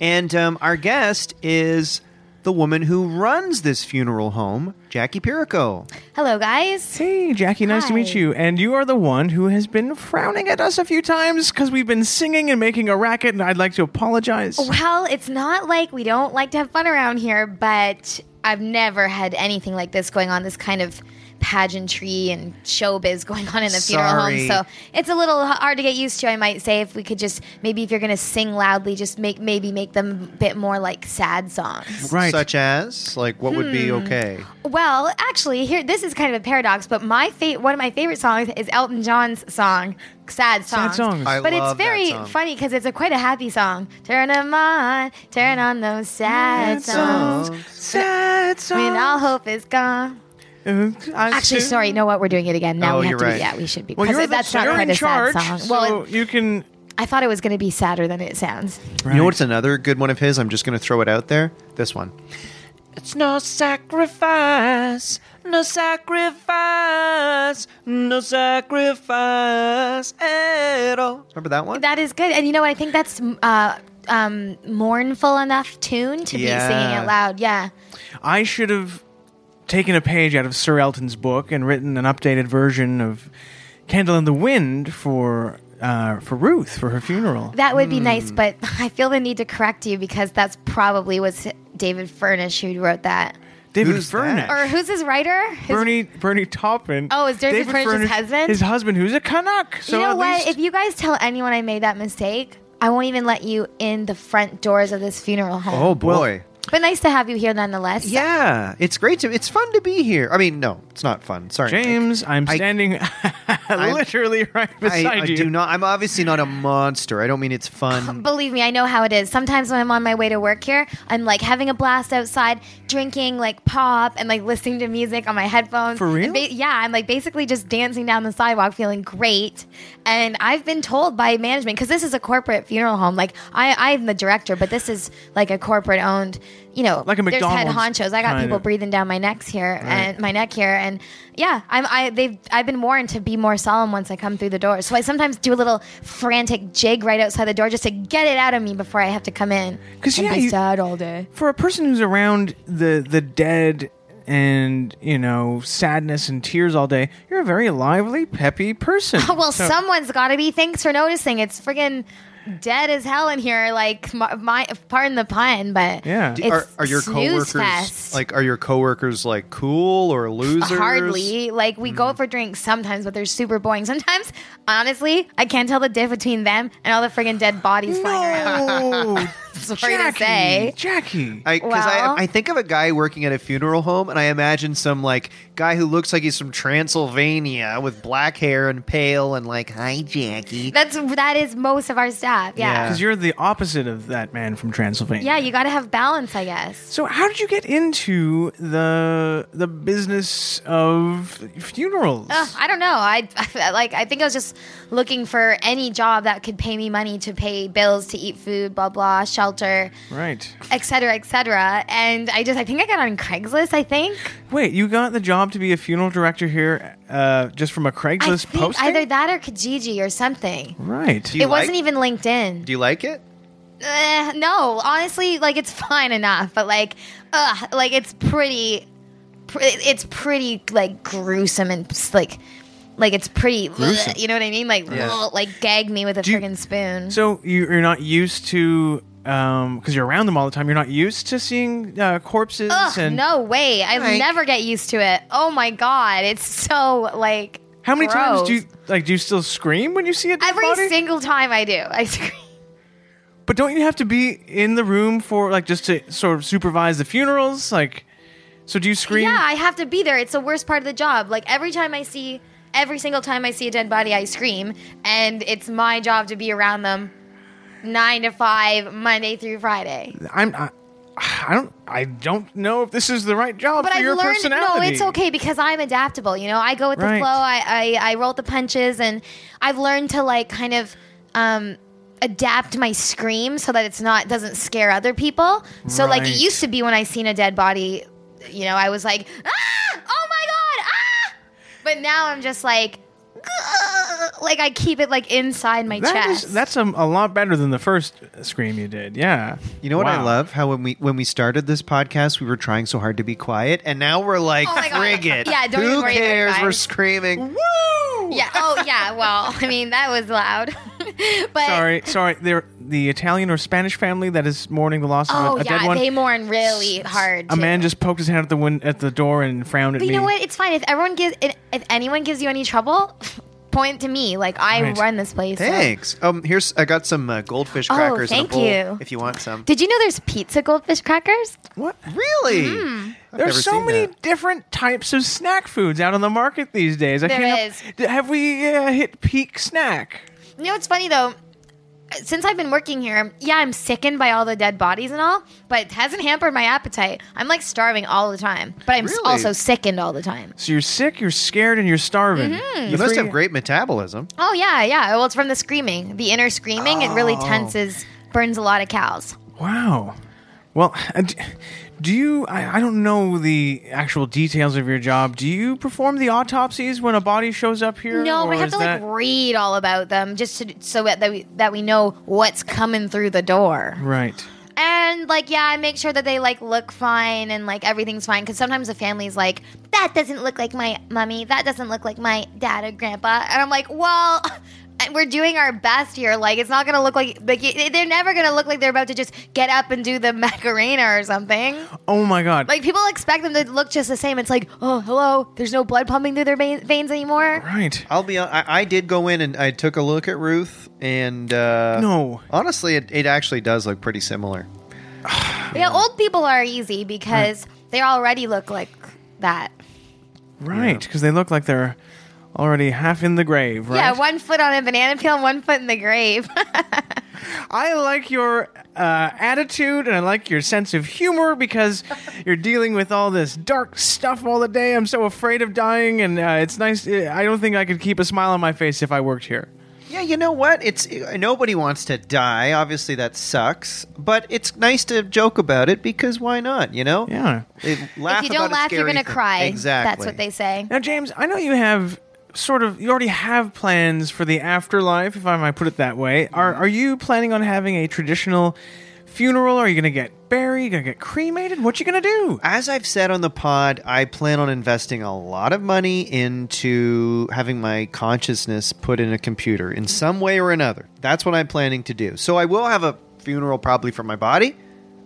and um, our guest is the woman who runs this funeral home, Jackie Pirico. Hello, guys. Hey, Jackie, nice to meet Hi. you. And you are the one who has been frowning at us a few times because we've been singing and making a racket, and I'd like to apologize. Oh, Well, it's not like we don't like to have fun around here, but I've never had anything like this going on, this kind of pageantry and showbiz going on in the Sorry. funeral home. So it's a little h- hard to get used to, I might say. If we could just, maybe if you're going to sing loudly, just make maybe make them a bit more like sad songs. Right. Such as, like, what would be okay? Well, actually, here this is kind of a paradox, but my fa- one of my favorite songs is Elton John's song, "Sad Songs." Songs. I but love it's that very song. funny because it's a quite a happy song. Turn 'em on, turn on those sad songs. Sad song. When all hope is gone. Actually, sorry. You know what? We're doing it again. Now Oh, we you're have to. right. Be, yeah, we should be. Well, because you're the- that's not you're quite in a charge, sad song. so Well, it- you can. I thought it was going to be sadder than it sounds. You know Right. what's another good one of his? I'm just going to throw it out there. This one. It's no sacrifice, no sacrifice, no sacrifice at all. Remember that one? That is good. And you know what? I think that's uh, um, mournful enough tune to be singing Yeah. it loud. Yeah. I should have taken a page out of Sir Elton's book and written an updated version of "Candle in the Wind" for uh, for Ruth for her funeral. That would be nice, but I feel the need to correct you because that's probably was David Furnish who wrote that. David Who's Furnish, that? Or who's his writer? His, Bernie Bernie Taupin. Oh, is David Furnish's husband? His husband, who's a Canuck. So you know at what? least- If you guys tell anyone I made that mistake, I won't even let you in the front doors of this funeral home. oh, boy. But nice to have you here nonetheless. Yeah, it's great to. It's fun to be here. I mean, no, it's not fun. Sorry, Mike. James, I'm I- standing I'm- literally right beside I, I you. do not. I'm obviously not a monster. I don't mean it's Um, fun. Believe me, I know how it is. Sometimes when I'm on my way to work here, I'm like having a blast outside, drinking like pop and like listening to music on my headphones. For real? And ba- yeah, I'm like basically just dancing down the sidewalk, feeling great. And I've been told by management because this is a corporate funeral home. Like I, I'm the director, but this is like a corporate owned. You know, Like a there's head McDonald's honchos. I got kind people of. breathing down my necks here and my neck here, and yeah, I'm I they've I've been warned to be more solemn once I come through the door. So I sometimes do a little frantic jig right outside the door just to get it out of me before I have to come in 'Cause, and yeah, be you- sad all day. for a person who's around the the dead and you know sadness and tears all day, you're a very lively, peppy person. Oh, well, So- someone's got to be. Thanks for noticing. It's friggin' dead as hell in here. Like my, my pardon the pun, but Yeah. it's are, are your coworkers snooze fest. like? Are your coworkers like cool or losers? Hardly. Like we go for drinks sometimes, but they're super boring. Sometimes, honestly, I can't tell the difference between them and all the friggin' deid bodies flying around. no, Sorry to Jackie, say. Jackie. I, cause Well- I, I think of a guy working at a funeral home, and I imagine some like guy who looks like he's from Transylvania with black hair and pale, and like, "Hi, Jackie." That's that is most of our staff. Yeah. Because you're the opposite of that man from Transylvania. Yeah, you got to have balance, I guess. So how did you get into the the business of funerals? Ugh, I don't know. I, I like. I think I was just looking for any job that could pay me money to pay bills, to eat food, blah blah, shelter, right. etc. Cetera, etc. Cetera. And I just, I think I got on Craigslist. I think. Wait, you got the job to be a funeral director here uh, just from a I Craigslist think posting? either that or Kijiji or something. right. Do you it wasn't like- even LinkedIn. Do you like it? Eh, no, honestly, like it's fine enough, but like, ugh, like it's pretty, pr- it's pretty like gruesome and s- like, like it's pretty, bleh, you know what I mean? Like, ugh, like gag me with a you- friggin' spoon. So you- you're not used to because you're around them all the time. You're not used to seeing uh, corpses Ugh, and no way! I Like- never get used to it. Oh my god, it's so like. how many times gross. do you like? Do you still scream when you see a dead Every body? single time I do, I scream. but don't you have to be in the room for like just to sort of supervise the funerals? Like, so do you scream? Yeah, I have to be there. It's the worst part of the job. Like every time I see, every single time I see a dead body, I scream, and it's my job to be around them, nine to five, Monday through Friday. I'm. I, I don't. I don't know if this is the right job But for I've your learned no, personality. it's okay because I'm adaptable. You know, I go with Right. the flow. I, I I roll the punches, and I've learned to like kind of. um adapt my scream so that it's not doesn't scare other people so like Right. it used to be when i seen a dead body you know i was like ah oh my god ah but now i'm just like "Gah!" like i keep it like inside my That chest is, that's a, a lot better than the first scream you did. Yeah. You know what I Wow. love? How when we when we started this podcast, we were trying so hard to be quiet, and now we're like, Oh my God. "Frig it! Yeah, don't Who even worry about it, cares? We're guys. screaming. yeah oh yeah well i mean that was loud but Sorry, sorry. There, the Italian or Spanish family that is mourning the loss oh of a, a yeah dead one. they mourn really hard a too. man just poked his head at the win- at the door and frowned at But me. you know what? It's fine. If everyone gives, if if anyone gives you any trouble, point to me. Like I Right. run this place. so- Thanks. Um, here's I got some uh, goldfish Oh, crackers. in a thank bowl you. If you want some, Did you know there's pizza goldfish crackers? What? really? Hmm. I've never There's so seen many that. different types of snack foods out on the market these days. I There can't is. D- Have we uh, hit peak snack? You know, it's funny though. Since I've been working here, yeah, I'm sickened by all the dead bodies and all, but it hasn't hampered my appetite. I'm like starving all the time, but I'm s- Really? also sickened all the time. So you're sick, you're scared, and you're starving. Mm-hmm. The You must three- have great metabolism. Oh yeah, yeah. Well, it's from the screaming, the inner screaming. It really Oh. tenses, burns a lot of cows. Wow. Well, uh, d- do you? I, I don't know the actual details of your job. Do you perform the autopsies when a body shows up here? No, or we have is to that- like read all about them just to, so that we, that we know what's coming through the door. Right. And like, yeah, I make sure that they like look fine and like everything's fine because sometimes the family's like, that doesn't look like my mummy, that doesn't look like my dad or grandpa, and I'm like, well. We're doing our best here. Like it's not gonna look like like it- they're never gonna look like they're about to just get up and do the Macarena or something. Oh my God. Like people expect them to look just the same. It's like, oh, hello. There's no blood pumping through their vein- veins anymore. right. I'll be. hon- I, I did go in and I took a look at Ruth, and uh, No. honestly, it, it actually does look pretty similar. Yeah, old people are easy because they already look like that. Right. Because they look like they're already half in the grave, right? Yeah, one foot on a banana peel, one foot in the grave. I like your uh, attitude and I like your sense of humor because you're dealing with all this dark stuff all the day. I'm so afraid of dying, and uh, it's nice. I don't think I could keep a smile on my face if I worked here. Yeah, you know what? It's uh, nobody wants to die. Obviously, that sucks, but it's nice to joke about it because why not? You know? Yeah. It- laugh if you don't about a laugh, you're scary gonna thing. cry. Exactly. That's what they say. Now, James, I know you have sort of you already have plans for the afterlife, if I might put it that way. Are are you planning on having a traditional funeral? Are you gonna get buried? Gonna get cremated? What you gonna do? As I've said on the pod, I plan on investing a lot of money into having my consciousness put in a computer in some way or another. That's what I'm planning to do. So I will have a funeral probably for my body,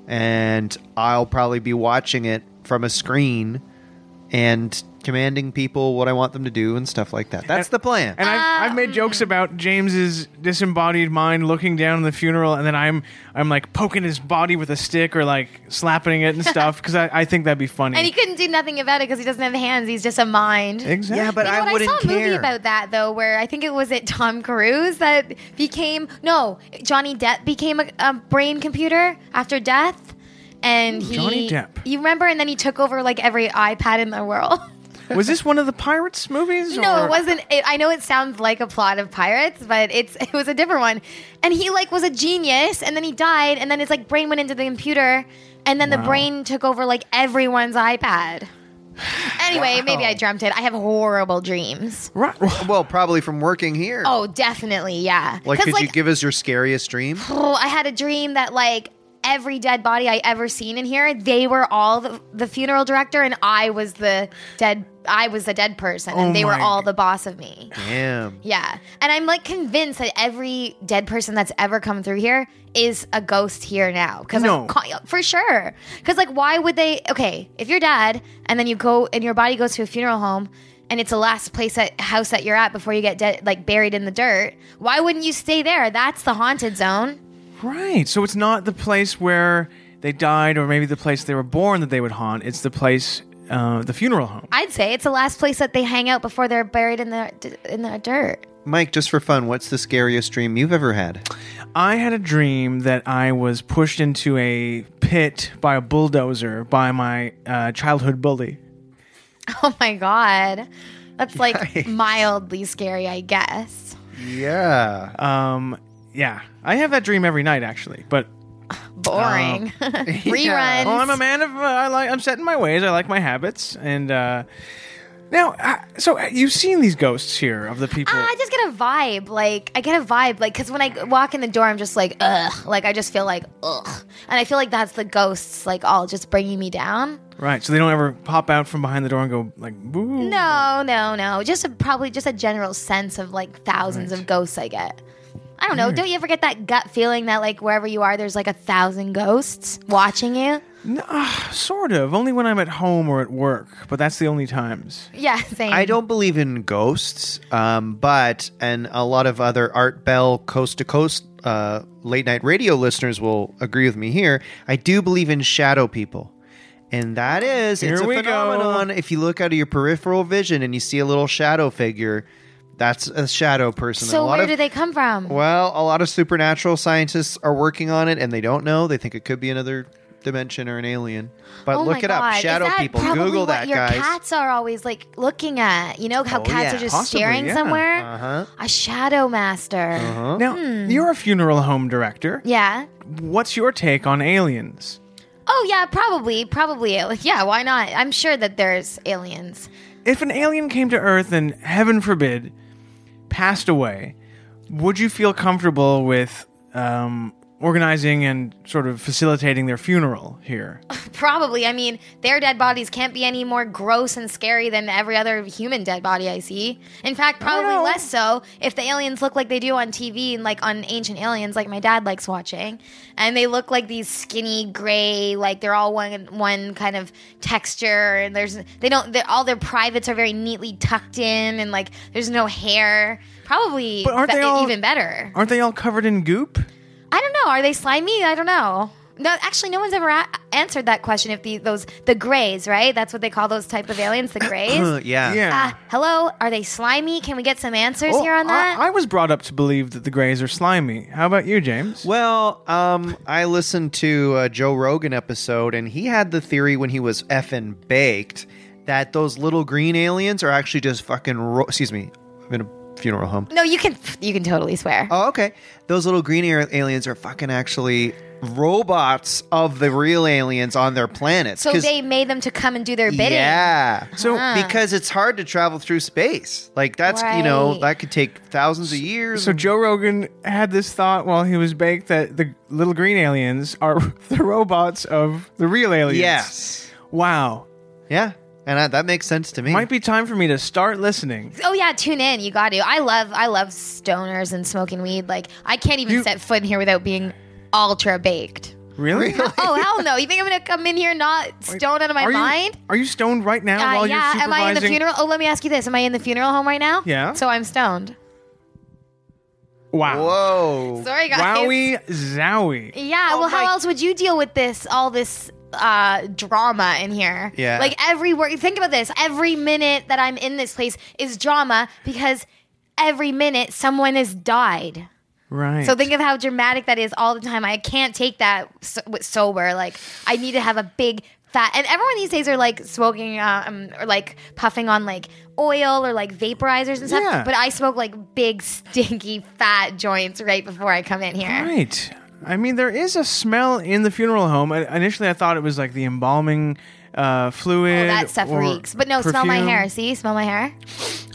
and I'll probably be watching it from a screen and commanding people what I want them to do and stuff like that. That's the plan. And I've, I've made jokes Um. about James's disembodied mind looking down in the funeral, and then I'm I'm like poking his body with a stick or like slapping it and stuff because I, I think that'd be funny. And he couldn't do nothing about it because he doesn't have hands. He's just a mind. exactly. Yeah, but You know I what? wouldn't I saw a care. movie about that though, where I think it was it Tom Cruise that became no Johnny Depp became a, a brain computer after death, and he Johnny Depp. You remember? And then he took over like every iPad in the world. was this one of the pirates movies? no, or- it wasn't. It, I know it sounds like a plot of pirates, but it's it was a different one. And he like was a genius, and then he died, and then his like brain went into the computer, and then the Wow. brain took over like everyone's iPad. Anyway, maybe I dreamt it. I have horrible dreams. Right. Well, probably from working here. Oh, definitely, yeah. like, 'Cause, could you give us your scariest dream? oh, I had a dream that like every dead body I ever seen in here, they were all the, the funeral director, and I was the dead. I was the dead person, Oh and they were my- all the boss of me. Damn. Yeah, and I'm like convinced that every dead person that's ever come through here is a ghost here now. Because No. for sure. Because like, why would they? Okay, if you're dead and then you go and your body goes to a funeral home and it's the last place that house that you're at before you get dead, like buried in the dirt. Why wouldn't you stay there? That's the haunted zone. Right. So it's not the place where they died or maybe the place they were born that they would haunt. It's the place, uh, the funeral home. I'd say it's the last place that they hang out before they're buried in the in the dirt. Mike, just for fun, what's the scariest dream you've ever had? I had a dream that I was pushed into a pit by a bulldozer by my uh, childhood bully. Oh my god, that's like mildly scary, I guess. Yeah. Um, yeah. I have that dream every night, actually. But Boring. Reruns. Um, well, I'm a man of uh, I like I'm set in my ways. I like my habits, and uh, now uh, so uh, you've seen these ghosts here of the people. Ah, I just get a vibe. Like I get a vibe. Like because when I walk in the door, I'm just like ugh. Like I just feel like ugh, and I feel like that's the ghosts like all just bringing me down. right. So they don't ever pop out from behind the door and go like boo. No, no, no. Just a, probably just a general sense of like thousands of ghosts I get. I don't know. Don't you ever get that gut feeling that like wherever you are, there's like a thousand ghosts watching you? Sort of. Only when I'm at home or at work, but that's the only times. Yeah, same. I don't believe in ghosts, um, but, and a lot of other Art Bell coast to coast uh, late night radio listeners will agree with me here. I do believe in shadow people. And that is, it's Here a we go. phenomenon. If you look out of your peripheral vision and you see a little shadow figure, that's a shadow person. And a so lot where of- do they come from? Well, a lot of supernatural scientists are working on it, and they don't know. They think it could be another dimension or an alien. But Oh look my it up. God. Is Shadow that people. probably Google what that, your guys. Cats are always like looking at. You know how Oh, cats yeah. are just Possibly, staring yeah. somewhere. Uh-huh. A shadow master. Now you're a funeral home director. Hmm. Yeah. What's your take on aliens? Oh yeah, probably, probably. ali- Yeah, why not? I'm sure that there's aliens. If an alien came to Earth and heaven forbid passed away, would you feel comfortable with um, organizing and sort of facilitating their funeral here? Probably. I mean, their dead bodies can't be any more gross and scary than every other human dead body I see. In fact, probably know. less so if the aliens look like they do on TV and like on Ancient Aliens, like my dad likes watching, and they look like these skinny gray, like they're all one one kind of texture, and there's they don't they're- all their privates are very neatly tucked in, and like there's no hair. Probably, But aren't be- they all- even better? Aren't they all covered in goop? I don't know. Are they slimy? I don't know. No, actually, no one's ever a- answered that question. If the those the grays, right? That's what they call those type of aliens, the Uh, grays. yeah. Yeah. Uh, hello, are they slimy? Can we get some answers Well, here on that? Oh, I, I was brought up to believe that the Greys are slimy. How about you, James? Well, um, I listened to a Joe Rogan episode, and he had the theory when he was effing baked that those little green aliens are actually just fucking. Ro- Excuse me, I'm in a funeral home. no, you can you can totally swear. Oh, okay. Those little green a- aliens are fucking actually robots of the real aliens on their planets. so 'Cause- they made them to come and do their bidding. Yeah. So- because it's hard to travel through space. Like that's you know Right. that could take thousands of years. So Joe Rogan had this thought while he was baked that the little green aliens are the robots of the real aliens. yes. Wow. Yeah. And I, that makes sense to me. Might be time for me to start listening. Oh yeah, tune in. You got to. I love I love stoners and smoking weed. Like I can't even You- set foot in here without being ultra baked. Really? oh hell no! You think I'm gonna come in here not stoned out of my are mind? You, are you stoned right now Uh, while yeah. you're Am I in the supervising? funeral? Oh, let me ask you this: Am I in the funeral home right now? Yeah. So I'm stoned. Wow. Whoa. Sorry, Oh guys. Oh Wowie zowie. Yeah. well, how my- else would you deal with this? All this uh drama in here. Yeah. Like every word. Think about this. Every minute that I'm in this place is drama because every minute someone has died. Right. So think of how dramatic that is all the time. I can't take that so- with sober. Like I need to have a big fat. And everyone these days are like smoking um, or like puffing on like oil or like vaporizers and stuff. Yeah. But I smoke like big stinky fat joints right before I come in here. Right. I mean, there is a smell in the funeral home. I, initially, I thought it was like the embalming uh, fluid. Oh, that stuff or reeks. But no, smell my perfume. hair. See, smell my hair.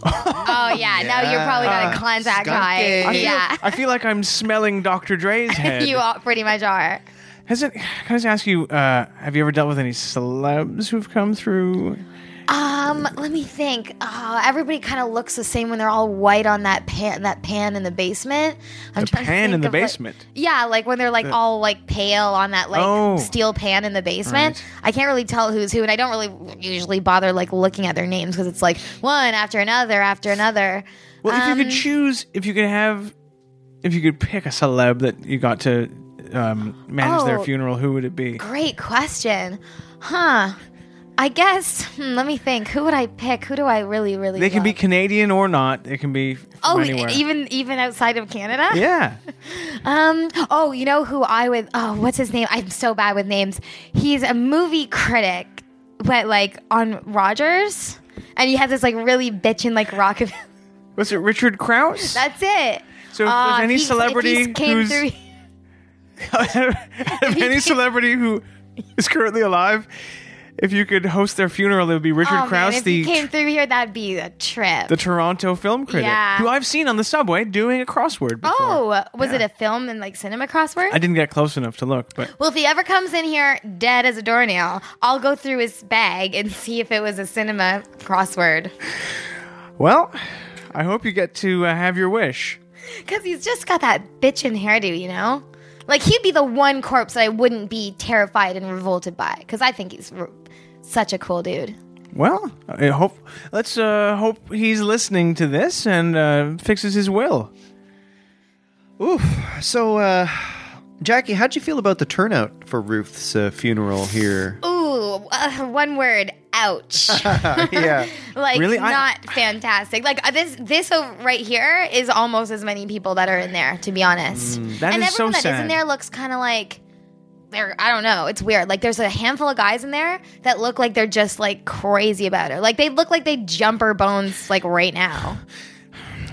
oh yeah, now you're probably got a cleanse act skunk high. it. I feel, Yeah, I feel like I'm smelling Dr. Dre's head. you all pretty much are. Has it? Can I just ask you? Uh, have you ever dealt with any celebs who've come through? Um, let me think. Oh, everybody kind of looks the same when they're all white on that pan, that pan in the basement. I'm The trying to pan think in the of, like- basement? yeah, like when they're like all like pale on that like Oh. steel pan in the basement. I can't really tell who's who, and I don't really usually bother like looking at their names because it's like one after another after another. Well, if you Um, could choose, if you could have, if you could pick a celeb that you got to um, manage their Oh. funeral, who would it be? Great question, huh? I guess. Hmm, let me think. Who would I pick? Who do I really, really? They can be love? Canadian or not. It can be from Oh, anywhere. even even outside of Canada. yeah. Um. Oh, you know who I would. Oh, what's his name? I'm so bad with names. He's a movie critic, but like on Rogers, and he has this like really bitchin' like rockabilly. Was it Richard Krause? That's it. Um, So if Aw, there's any he- he celebrity came who's- through- if any celebrity who is currently alive, if you could host their funeral, it would be Richard oh, man, Krause, if the he came through here, that'd be a trip. the Toronto film critic, Yeah. who I've seen on the subway doing a crossword. Before. oh, was it a film in like cinema crossword? I didn't get close enough to look, but well, if he ever comes in here dead as a doornail, I'll go through his bag and see if it was a cinema crossword. well, I hope you get to uh, have your wish. Because he's just got that bitchin' hairdo, you know? Like, he'd be the one corpse that I wouldn't be terrified and revolted by. Because I think he's r- such a cool dude. Well, I hope let's uh, hope he's listening to this and uh, fixes his will. So, uh, Jackie, how'd you feel about the turnout for Ruth's uh, funeral here? Ooh, uh, one word. Ouch. yeah. like, Really? I- not fantastic. Like, uh, this this over right here is almost as many people that are in there, to be honest. Mm, that and is so everyone that is in sad. there looks kind of like. They're, I don't know. It's weird. Like there's a handful of guys in there that look like they're just like crazy about it. Like they look like they jumper bones like right now.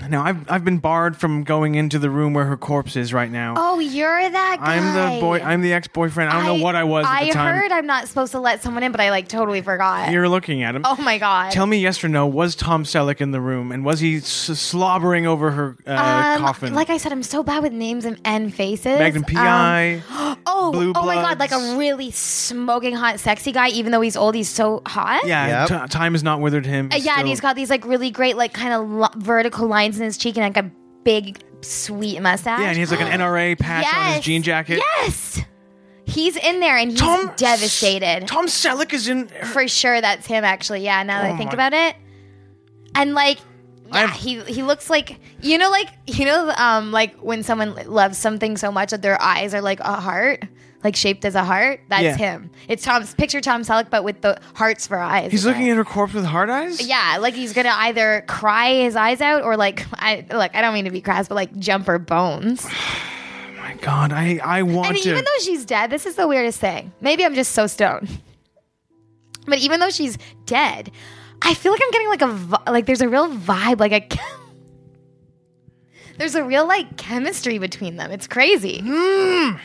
Now I've I've been barred from going into the room where her corpse is right now. Oh, you're that guy. I'm the boy. I'm the ex-boyfriend. I don't know what I was at I the time. heard I'm not supposed to let someone in, but I like totally forgot. You're looking at him. oh my god. Tell me yes or no. Was Tom Selleck in the room, and was he s- slobbering over her uh, Um, coffin? Like I said, I'm so bad with names and, and faces. Magnum Um, PI. oh, Blue oh my god! Like Bloods. a really smoking hot, sexy guy. Even though he's old, he's so hot. yeah, Yep. t- time has not withered him. Uh, yeah, and still- he's got these like really great, like kind of lo- vertical lines in his cheek, and like a big, sweet mustache. Yeah, and he has like an NRA patch on Yes. his jean jacket. Yes, he's in there, and he's Tom devastated. Tom Selleck is in. for sure that's him actually yeah now that Oh i think my- about it and like yeah, I've- he he looks like you know like you know um like when someone loves something so much that their eyes are like a heart like shaped as a heart. That's Yeah. him. It's Tom's picture Tom Selleck, but with the hearts for eyes. He's in looking it. at her corpse with hard eyes. Yeah, like he's gonna either cry his eyes out or like I look. I don't mean to be crass, but like jump her bones. My God, I I want And to. even though she's dead, this is the weirdest thing. Maybe I'm just so stoned. But even though she's dead, I feel like I'm getting like a vi- like there's a real vibe like a there's a real like chemistry between them. It's crazy. Hmm.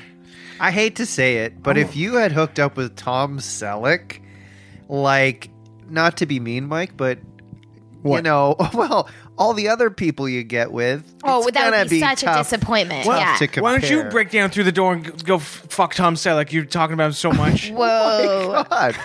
I hate to say it, but Oh. if you had hooked up with Tom Selleck, like, not to be mean, Mike, but you What? know, well, all the other people you get with, Oh, it's that gonna would be, such a tough- disappointment. tough yeah. to compare. Why don't you break down through the door and g- go f- fuck Tom Selleck? You're talking about him so much. Whoa. Oh God,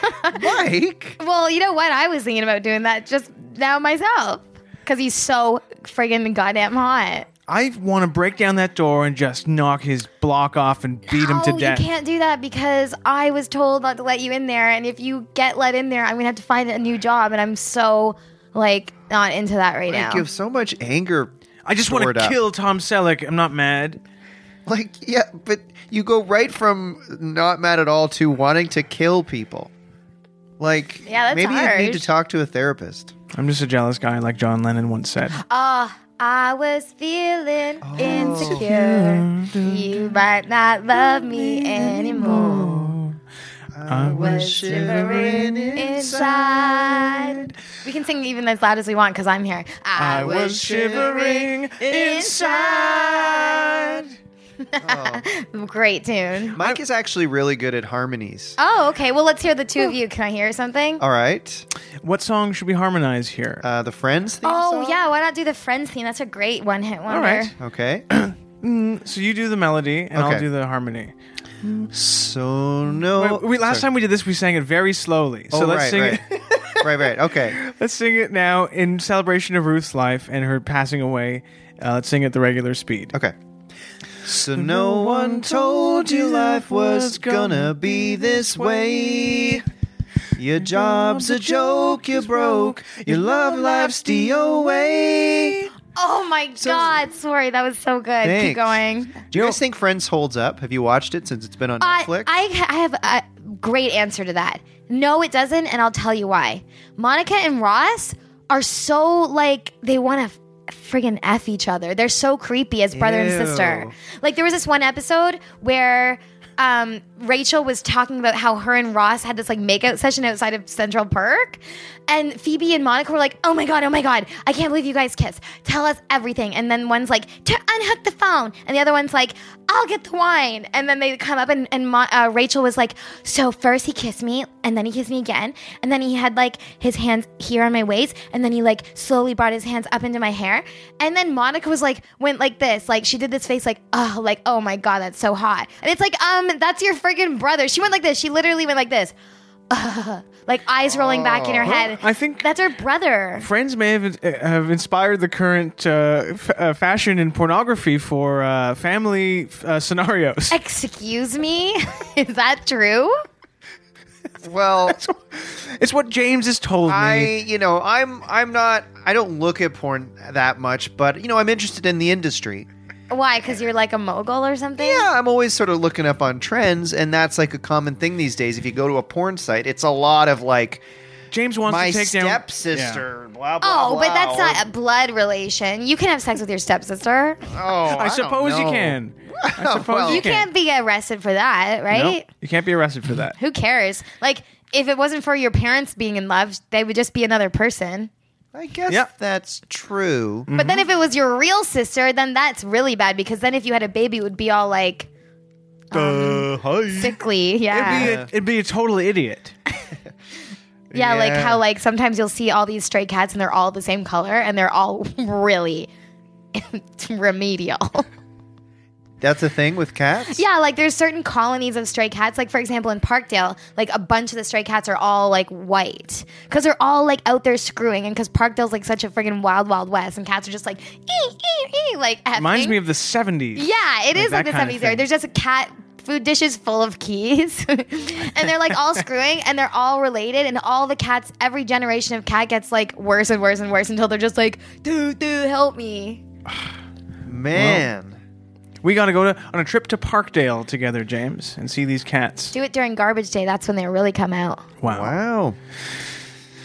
Mike. Well, you know what? I was thinking about doing that just now myself because he's so friggin' goddamn hot. I want to break down that door and just knock his block off and beat him to oh, death. you can't do that because I was told not to let you in there, and if you get let in there, I'm gonna have to find a new job, and I'm so like not into that right Like, now. you have so much anger. I just want stored to up. kill Tom Selleck. I'm not mad. Like, yeah, but you go right from not mad at all to wanting to kill people. Like, Yeah, that's maybe you need harsh. to talk to a therapist. I'm just a jealous guy, like John Lennon once said. Oh, I was feeling Oh. insecure. You might not love me anymore. I Was shivering inside. We can sing even as loud as we want because I'm here. Ah, I, was shivering inside. Great tune. Mike is actually really good at harmonies. Oh, okay. Well, let's hear the two of you. Can I hear something? All right. What song should we harmonize here? Uh, the Friends theme Oh, song? yeah. Why not do the Friends theme? That's a great one hit wonder. All right. Okay. So you do the melody, and I'll Okay. do the harmony. so no. Wait, we, last Sorry. time we did this, we sang it very slowly. So oh, let's right, sing right. it. right, right. Okay. Let's sing it now in celebration of Ruth's life and her passing away. Uh, let's sing at the regular speed. Okay. So no one told you life was gonna be this way. Your job's a joke, you broke. Your love life's DOA. Oh, my God. Sorry. That was so good. Thanks. Keep going. Do you guys think Friends holds up? Have you watched it since it's been on I, Netflix? Uh, I, I have a great answer to that. No, it doesn't. And I'll tell you why. Monica and Ross are so like, they want to friggin' F each other. They're so creepy as brother and sister. Ew. Like, there was this one episode where. Um, Rachel was talking about how her and Ross had this like makeout session outside of Central Park, and Phoebe and Monica were like, "Oh my god, oh my god, I can't believe you guys kissed. Tell us everything." And then one's like, "To unhook the phone," and the other one's like, "I'll get the wine." And then they come up, and, and Mo- uh, Rachel was like, "So first he kissed me, and then he kissed me again, and then he had like his hands here on my waist, and then he like slowly brought his hands up into my hair, and then Monica was like, went like this, like she did this face, like oh, like oh my god, that's so hot, and it's like um, that's your friggin' brother. She went like this. She literally went like this. like eyes rolling back in her head. I think- that's her brother. Friends may have uh, have inspired the current uh, f- uh, fashion in pornography for uh, family uh, scenarios. Excuse me, is that true? well, It's what James has told me. I, you know, I'm I'm not I don't look at porn that much, but you know, I'm interested in the industry. Why? Because you're like a mogul or something? Yeah, I'm always sort of looking up on trends, and that's like a common thing these days. If you go to a porn site, it's a lot of like James wants my to take down stepsister, blah blah. Oh, but that's blah, not a blood relation. You can have sex with your stepsister. or- Oh, Yeah. I, don't suppose you know. can. I suppose Well- you, You can't be arrested for that, Nope. right? you can't be arrested for that. Who cares? Like, if it wasn't for your parents being in love, they would just be another person. I guess Yep. that's true. But Mm-hmm. then if it was your real sister, then that's really bad because then if you had a baby, it would be all like um, Uh, hi. sickly. It'd, Yeah. be a, it'd be a total idiot. yeah, like Yeah. how like sometimes you'll see all these stray cats and they're all the same color and they're all really remedial. That's a thing with cats. Yeah, like there's certain colonies of stray cats. Like for example, in Parkdale, like a bunch of the stray cats are all like white because they're all like out there screwing, and because Parkdale's like such a friggin' wild, wild west, and cats are just like ee ee ee, like effing. Reminds me of the '70s. yeah, it that is like the kind of seventies there. thing. There's just a cat food dishes full of keys, and they're like all screwing, and they're all related, and all the cats, every generation of cat gets like worse and worse and worse until they're just like, dude, dude, help me. man. We got to go to, on a trip to Parkdale together, James, and see these cats. Do it during garbage day. That's when they really come out. Wow. Wow.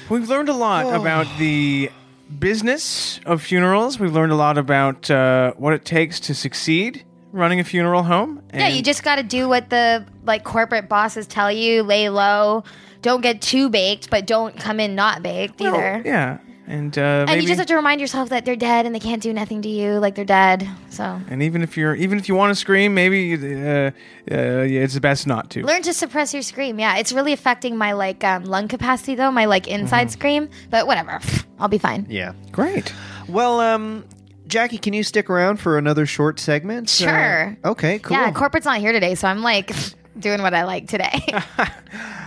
We've learned a lot Oh. about the business of funerals. We've learned a lot about uh, what it takes to succeed running a funeral home. Yeah, and- you just got to do what the like corporate bosses tell you. Lay low. Don't get too baked, but don't come in not baked No, either. Yeah. And, uh, And maybe- you just have to remind yourself that they're dead and they can't do nothing to you. Like they're dead. So and even if you're even if you want to scream, maybe uh, uh, yeah, it's best not to. learn to suppress your scream. Yeah, it's really affecting my like um, lung capacity though, my like inside Mm-hmm. scream. But whatever, I'll be fine. Yeah. Great. Well, um, Jackie, can you stick around for another short segment? Uh, Sure. okay, cool. Yeah, corporate's not here today, so I'm like doing what I like today.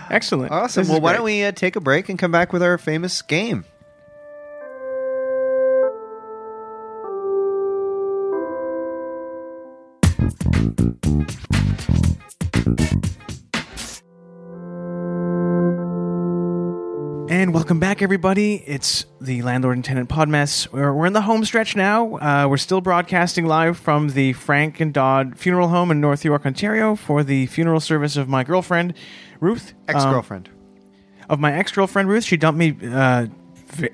Excellent. awesome. This is Well, why great. don't we uh, take a break and come back with our famous game? And welcome back, everybody. It's the Landlord and Tenant Podmess. We're, we're in the home stretch now. Uh, we're still broadcasting live from the Frank and Dodd Funeral Home in North York, Ontario, for the funeral service of my girlfriend, Ruth. Um, Ex girlfriend. of my ex girlfriend, Ruth. She dumped me uh, v-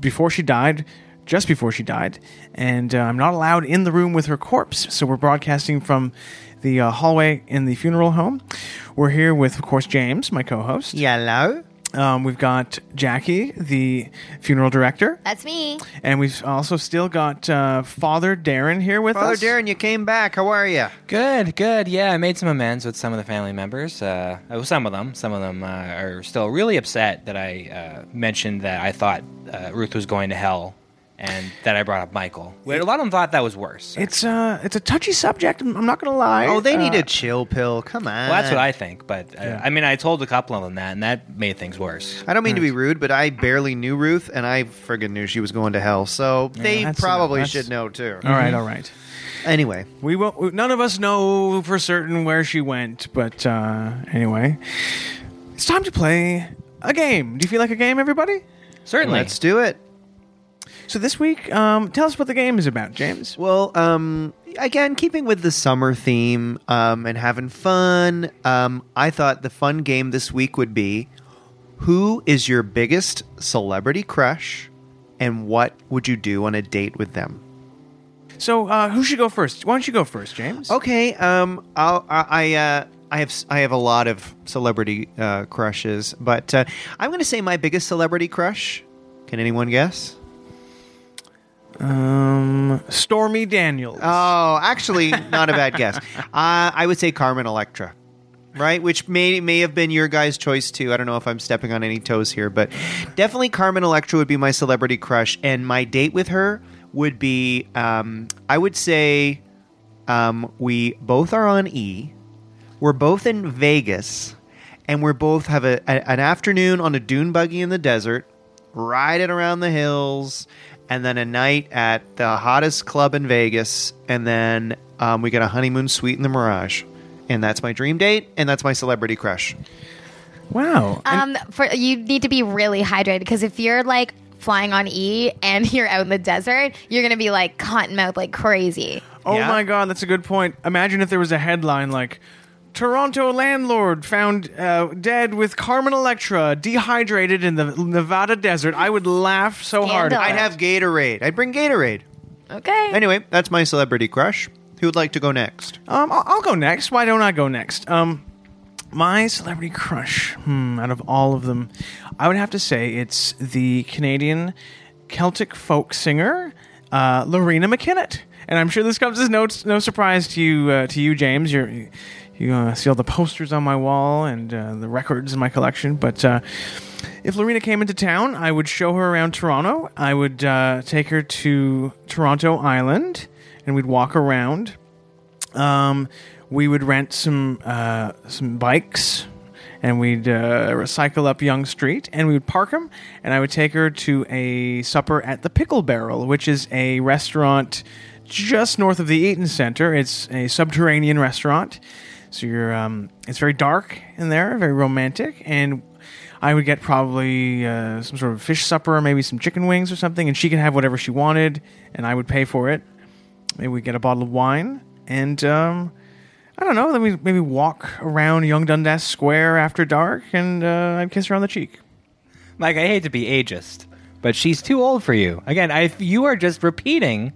before she died, just before she died. And uh, I'm not allowed in the room with her corpse. So we're broadcasting from the uh, hallway in the funeral home. We're here with, of course, James, my co host. Yellow. Um, we've got Jackie, the funeral director, That's me. and we've also still got uh, Father Darren here with Father us. Darren, you came back. How are you? Good, good. Yeah, I made some amends with some of the family members. Uh, well, some of them, some of them uh, are still really upset that I uh, mentioned that I thought uh, Ruth was going to hell, and that I brought up Michael. Wait, a lot of them thought that was worse. It's uh, it's a touchy subject. I'm I'm not gonna lie. Oh, they Uh, need a chill pill. Come on. well, that's what I think, but uh, I mean, I told a couple of them that, and that made things worse. I don't mean to be rude, but I barely knew Ruth, and I friggin' knew she was going to hell. So they that's- probably that's- Uh, should know too. All right, all right. Anyway, We won't. we- None of us know for certain where she went, but uh, anyway, it's time to play a game. Do you feel like a game, everybody? Certainly. let's do it. So this week, um, tell us what the game is about, James. Well, um, again, keeping with the summer theme um, and having fun, um, I thought the fun game this week would be who is your biggest celebrity crush, and what would you do on a date with them? So uh, who should go first? Why don't you go first, James? Okay, um, I'll, I I, uh, I have s- I have a lot of celebrity uh, crushes, but uh, I'm going to say my biggest celebrity crush. Can anyone guess? Um, Stormy Daniels. Oh, actually, not a bad guess. Uh, I would say Carmen Electra, right? Which may may have been your guys' choice too. I don't know if I'm stepping on any toes here, but definitely Carmen Electra would be my celebrity crush, and my date with her would be. Um, I would say um, we both are on E. We're both in Vegas, and we're both have a, a an afternoon on a dune buggy in the desert, riding around the hills, and then a night at the hottest club in Vegas, and then um, we get a honeymoon suite in the Mirage, and that's my dream date, and that's my celebrity crush. wow. Um, for you need to be really hydrated because if you're like flying on E and you're out in the desert, you're gonna be like cotton mouth like crazy. oh yeah. my God, that's a good point. Imagine if there was a headline like. Toronto landlord found uh, dead with Carmen Electra, dehydrated in the Nevada desert. I would laugh so hard. at Scandal. I'd have Gatorade. I'd bring Gatorade. Okay. Anyway, that's my celebrity crush. Who would like to go next? Um, I'll, I'll go next. Why don't I go next? Um, my celebrity crush. Hmm, out of all of them, I would have to say it's the Canadian Celtic folk singer uh, Lorena McKinnon. And I'm sure this comes as no no surprise to you uh, to you, James. You're, you uh, see all the posters on my wall and uh, the records in my collection, but. Uh, if Lorena came into town, I would show her around Toronto. I would uh, take her to Toronto Island, and we'd walk around. Um, we would rent some uh, some bikes, and we'd uh, cycle up Young Street, and we would park them. And I would take her to a supper at the Pickle Barrel, which is a restaurant just north of the Eaton Center. It's a subterranean restaurant, so you're um, it's very dark in there, very romantic, and I would get probably uh, some sort of fish supper, or maybe some chicken wings or something, and she could have whatever she wanted, and I would pay for it. Maybe we get a bottle of wine and um, I don't know. Then we maybe walk around Young Dundas Square after dark, and uh, I'd kiss her on the cheek. Mike, I hate to be ageist, but she's too old for you. Again, I you are just repeating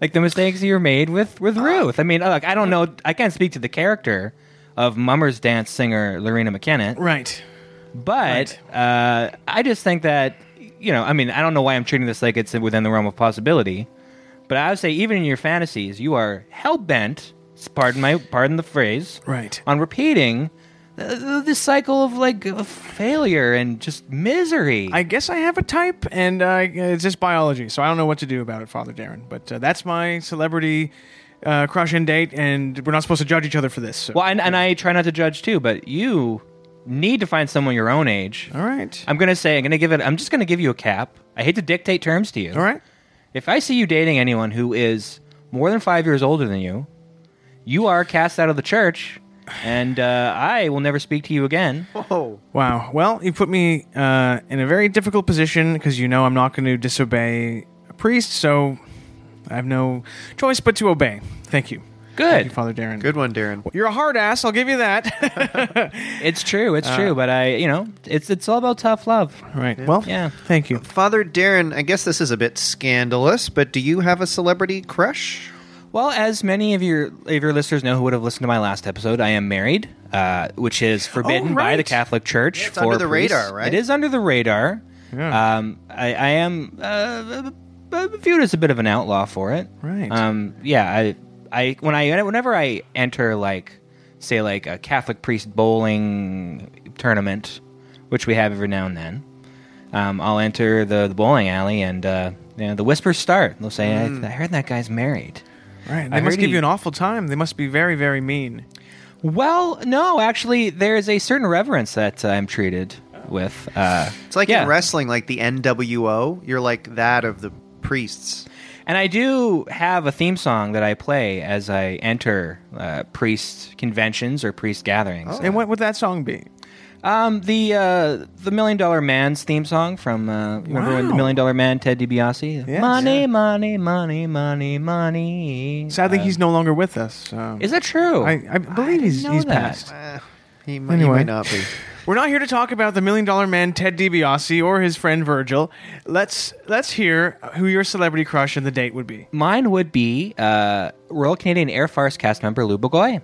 like the mistakes you made with with Ruth. I mean, uh, look, I don't know. I can't speak to the character of Mummer's Dance singer Lorena McKenna, Right. but uh, I just think that you know, I mean, I don't know why I'm treating this like it's within the realm of possibility, but I would say even in your fantasies, you are hell bent. Pardon my pardon the phrase. Right. on repeating. th- th- This cycle of like of failure and just misery. I guess I have a type, and uh, it's just biology, so I don't know what to do about it, Father Darren. But uh, that's my celebrity uh, crush and date, and we're not supposed to judge each other for this. so- Well, and, and I try not to judge too, but you need to find someone your own age. all right, I'm gonna say I'm gonna give it. I'm just gonna give you a cap. I hate to dictate terms to you. all right. If I see you dating anyone who is more than five years older than you, you are cast out of the church, and uh, I will never speak to you again. Oh, Wow. Well, you put me uh, in a very difficult position because you know I'm not going to disobey a priest, so I have no choice but to obey. Thank you. Thank you, Good. Father Darren. Good one, Darren. You're a hard ass. I'll give you that. It's true. It's Uh, true. But I, you know, it's it's all about tough love. all right. Well, Yeah. Thank you. Father Darren, I guess this is a bit scandalous, but do you have a celebrity crush? Well, as many of your of your listeners know who would have listened to my last episode, I am married, uh, which is forbidden Oh, by right. the Catholic Church. it's under the priests. radar, right? It is under the radar. Yeah. Um, I, I am uh, uh, viewed as a bit of an outlaw for it. Right. Um, yeah. I, I when I whenever I enter like say like a Catholic priest bowling tournament, which we have every now and then, um, I'll enter the, the bowling alley and uh, you know, the whispers start. They'll say, Mm. I, "I heard that guy's married." Right. I They must heard give he- you an awful time. They must be very, very mean. Well, no, actually, there is a certain reverence that I'm treated with. Uh, It's like yeah. in wrestling, like the NWO. You're like that of the priests. and I do have a theme song that I play as I enter uh, priest conventions or priest gatherings. And what would that song be? Um, the uh, the Million Dollar Man's theme song from uh, remember when the Wow. Million Dollar Man Ted DiBiase? Yes. money, money, money, money, money. Sadly, Uh, he's no longer with us. Um, is that true? I, I believe he's, know he's that. passed. Eh, he, might, he Anyway. might not be. We're not here to talk about the million dollar man Ted DiBiase or his friend Virgil. Let's let's hear who your celebrity crush and the date would be. Mine would be uh, Royal Canadian Air Force cast member Lou Bogoy.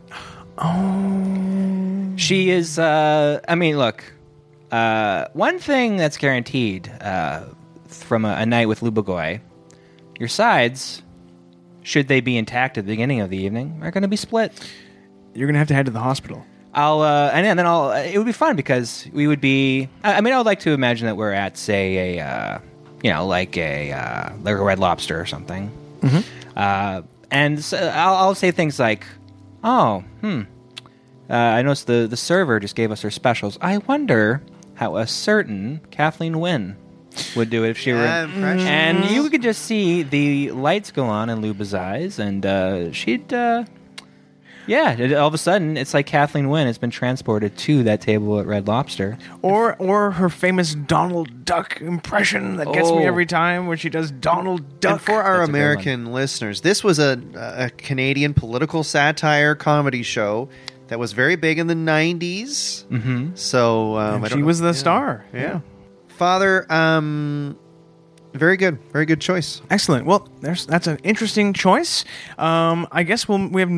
Oh. She is, uh, I mean, look, uh, one thing that's guaranteed uh, from a, a night with Lou Bogoy, your sides, should they be intact at the beginning of the evening, are going to be split. You're gonna have to head to the hospital. I'll uh, and then I'll. It would be fun because we would be. I I mean, I would like to imagine that we're at say a, uh, you know, like a uh, like a Red Lobster or something. Uh, and so I'll, I'll say things like, "Oh, hmm, uh, I noticed the the server just gave us her specials. I wonder how a certain Kathleen Wynne would do it if she Yeah, were." impression. Mm. And you could just see the lights go on in Luba's eyes, and uh, she'd. Uh, yeah, it- all of a sudden, it's like Kathleen Wynne has been transported to that table at Red Lobster. Or or her famous Donald Duck impression that gets Oh. me every time where she does Donald Duck. And for our That's a good one. American listeners, this was a, a Canadian political satire comedy show that was very big in the 90s. Mm-hmm. So um, I and don't she know- was the yeah. star. Yeah. Father, um, very good. Very good choice. Excellent. Well, there's that's an interesting choice. Um, I guess we'll we have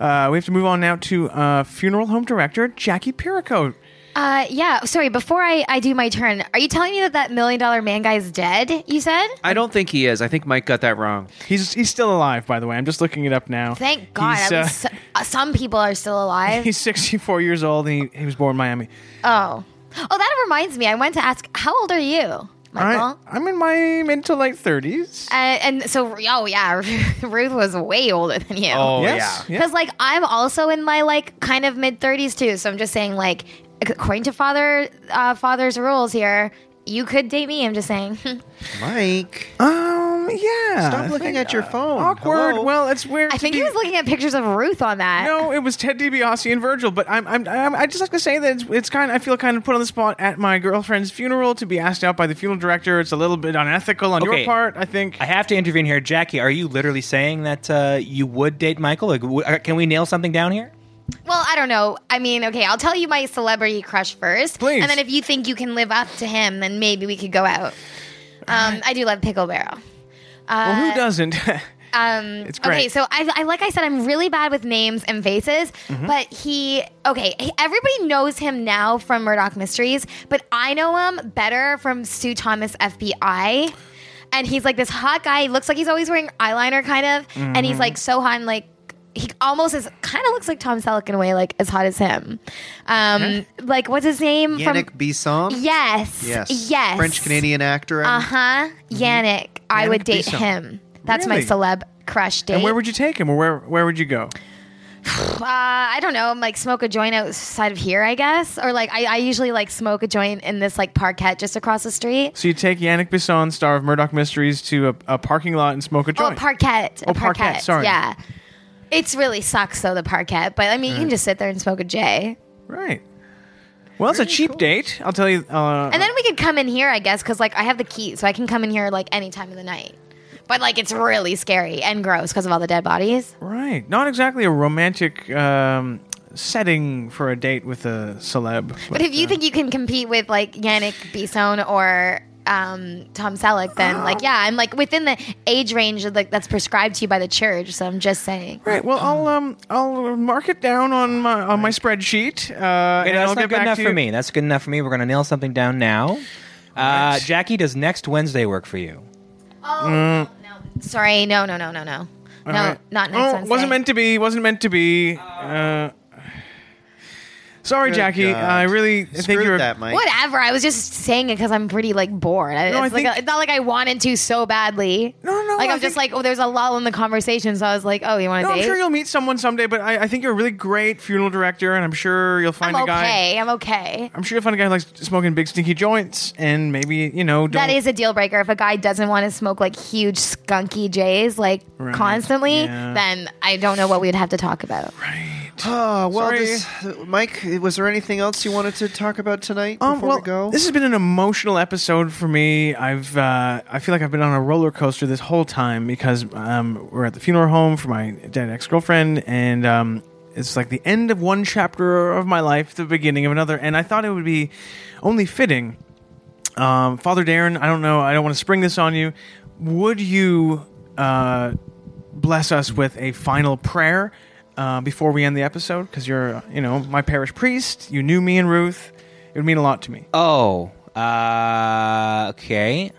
uh, we have to move on now to uh, funeral home director Jackie Pirico. Uh, yeah. Sorry. Before I, I do my turn, are you telling me that that million dollar man guy is dead? You said. I don't think he is. I think Mike got that wrong. He's he's still alive, by the way. I'm just looking it up now. Thank God. He's, At uh, least so- uh, some people are still alive. He's 64 years old and he, he was born in Miami. Oh. Oh, that reminds me. I wanted to ask, how old are you, I, Michael? I'm in my mid to late 30s. Uh, and so, oh yeah, Ruth was way older than you. Oh, yes. Oh, yeah. Because like I'm also in my like kind of mid 30s too. So I'm just saying like, according to father uh, father's rules here, you could date me. I'm just saying. Mike. Um, mean, yeah. Stop looking at your phone. Awkward. Hello? Well, it's weird. I to think be- he was looking at pictures of Ruth on that. No, it was Ted DiBiase and Virgil. But I'm, I'm, I'm I just like to say that it's, it's kind. I feel kind of put on the spot at my girlfriend's funeral to be asked out by the funeral director. It's a little bit unethical on Okay. your part, I think. I have to intervene here, Jackie. Are you literally saying that uh, you would date Michael? Like, w- uh, can we nail something down here? Well, I don't know. I mean, okay, I'll tell you my celebrity crush first. Please. And then if you think you can live up to him, then maybe we could go out. Um, I do love Pickle Barrel. well, who doesn't? Um, It's great. Okay, so I, I like I said, I'm really bad with names and faces, but he okay. he- Everybody knows him now from Murdoch Mysteries, but I know him better from Sue Thomas FBI. And he's like this hot guy. He looks like he's always wearing eyeliner, kind of, and he's like so hot. And like he almost is kind of looks like Tom Selleck in a way, like as hot as him. Um, like what's his name? Yannick Bisson? yes, Yes. yes, French Canadian actor. Uh huh. Yannick. I would Yannick date Bisson. him. That's Mm-hmm. Really? my celeb crush date. and where would you take him, or where where would you go? Uh, I don't know. Like smoke a joint outside of here, I guess, or like I, I usually like smoke a joint in this like parquet just across the street. So you take Yannick Bisson, star of Murdoch Mysteries, to a, a parking lot and smoke a Oh, joint. a parquet. Oh, a parquet, sorry. Yeah, it's really sucks though the parquet, but I mean you can just sit there and smoke a J, right. Well, it's a cheap date. I'll tell you. Uh, and then we could come in here, I guess, because like I have the key, so I can come in here like any time of the night. But like it's really scary and gross because of all the dead bodies. right. Not exactly a romantic um, setting for a date with a celeb. But if you think you can compete with like Yannick Bisson or um, Tom Selleck, then like yeah, I'm like within the age range of, like that's prescribed to you by the church. So I'm just saying. Right. Well, I'll um I'll mark it down on my on my spreadsheet. Uh, Okay, and that's I'll not get good back enough to for you. me. That's good enough for me. We're going to nail something down now. Uh, Jackie, does next Wednesday work for you? Oh no, sorry, no, no, no, no, no, no, All right. not next oh, Wednesday. wasn't meant to be. Wasn't meant to be. Uh, sorry, Good Jackie. God. I really think Screwed you're. that, Mike. Whatever. I was just saying it because I'm pretty like bored. I- No, it's, I like think- a- it's not like I wanted to so badly. No, no, Like I I'm just think- like, oh, there's a lull in the conversation, so I was like, oh, you want to No, date? I'm sure you'll meet someone someday, but I, I think you're a really great funeral director, and I'm sure you'll I'm find a guy. okay. I'm okay. I'm sure you'll find a guy who likes smoking big stinky joints, and maybe you know. Don't, That is a deal breaker. If a guy doesn't want to smoke like huge skunky J's like Right, constantly, yeah. then I don't know what we'd have to talk about. Oh, well, Sorry. this, Mike, was there anything else you wanted to talk about tonight Um, before well, we go? this has been an emotional episode for me. I've uh, I feel like I've been on a roller coaster this whole time because um, we're at the funeral home for my dead ex girlfriend, and um, it's like the end of one chapter of my life, the beginning of another. And I thought it would be only fitting, um, Father Darren. I don't know. I don't want to spring this on you. Would you uh, bless us with a final prayer? Uh, before we end the episode, because you're, you know, my parish priest, you knew me and Ruth. It would mean a lot to me. Oh, uh, okay.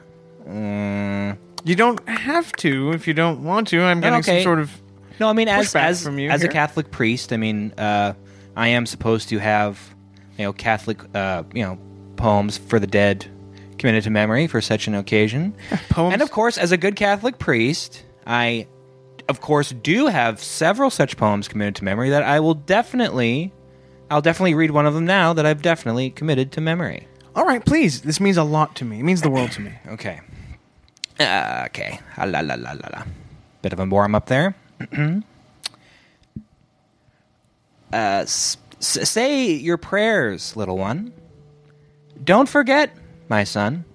Mm. You don't have to if you don't want to. I'm getting some okay. sort of. No, I mean as Pushback as, from you as a here. Catholic priest, I mean uh, I am supposed to have you know Catholic uh, you know poems for the dead committed to memory for such an occasion. poems. And of course, as a good Catholic priest, I of course do have several such poems committed to memory that I will definitely I'll definitely read one of them now that I've definitely committed to memory. All right, please. This means a lot to me. It means the world to me. Okay. Uh, okay. Ah, La la la la la. Bit of a warm up there. uh, s- s- say your prayers, little one. Don't forget, my son,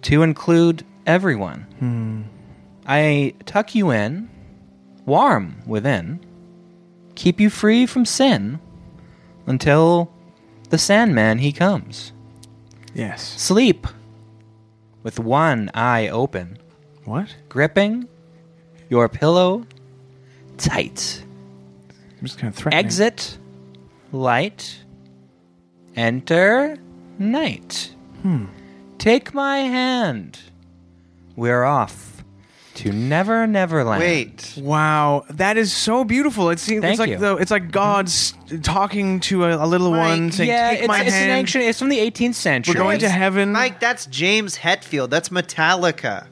to include everyone. I tuck you in, warm within, keep you free from sin until the Sandman he comes. Yes. Sleep with one eye open, What? gripping your pillow tight. I'm just kind of threatening. Exit light. Enter night. Hmm. Take my hand. We're off to Never Never Land. Wait. Wow, that is so beautiful. It seems Thank it's like you. Mm-hmm. the, it's like God's talking to a, a little one, saying, yeah, "Take it's, my it's hand." an ancient. It's from the 18th century. We're going to heaven. Mike, that's James Hetfield. That's Metallica.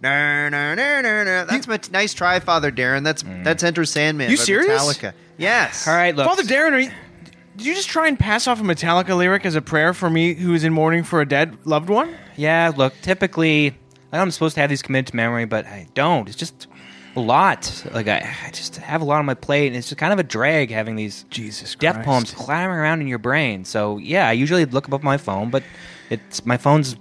That's my nice try, Father Darren. That's that's Enter Sandman. You by serious? Metallica. Yes. All right, look. Father Darren, are you, Did you just try and pass off a Metallica lyric as a prayer for me who is in mourning for a dead loved one? Yeah, look, typically I'm supposed to have these committed to memory, but I don't. It's just a lot. Like I, I just have a lot on my plate, and it's just kind of a drag having these Jesus death Christ. poems clattering around in your brain. So yeah, I usually look up at my phone, but it's my phone's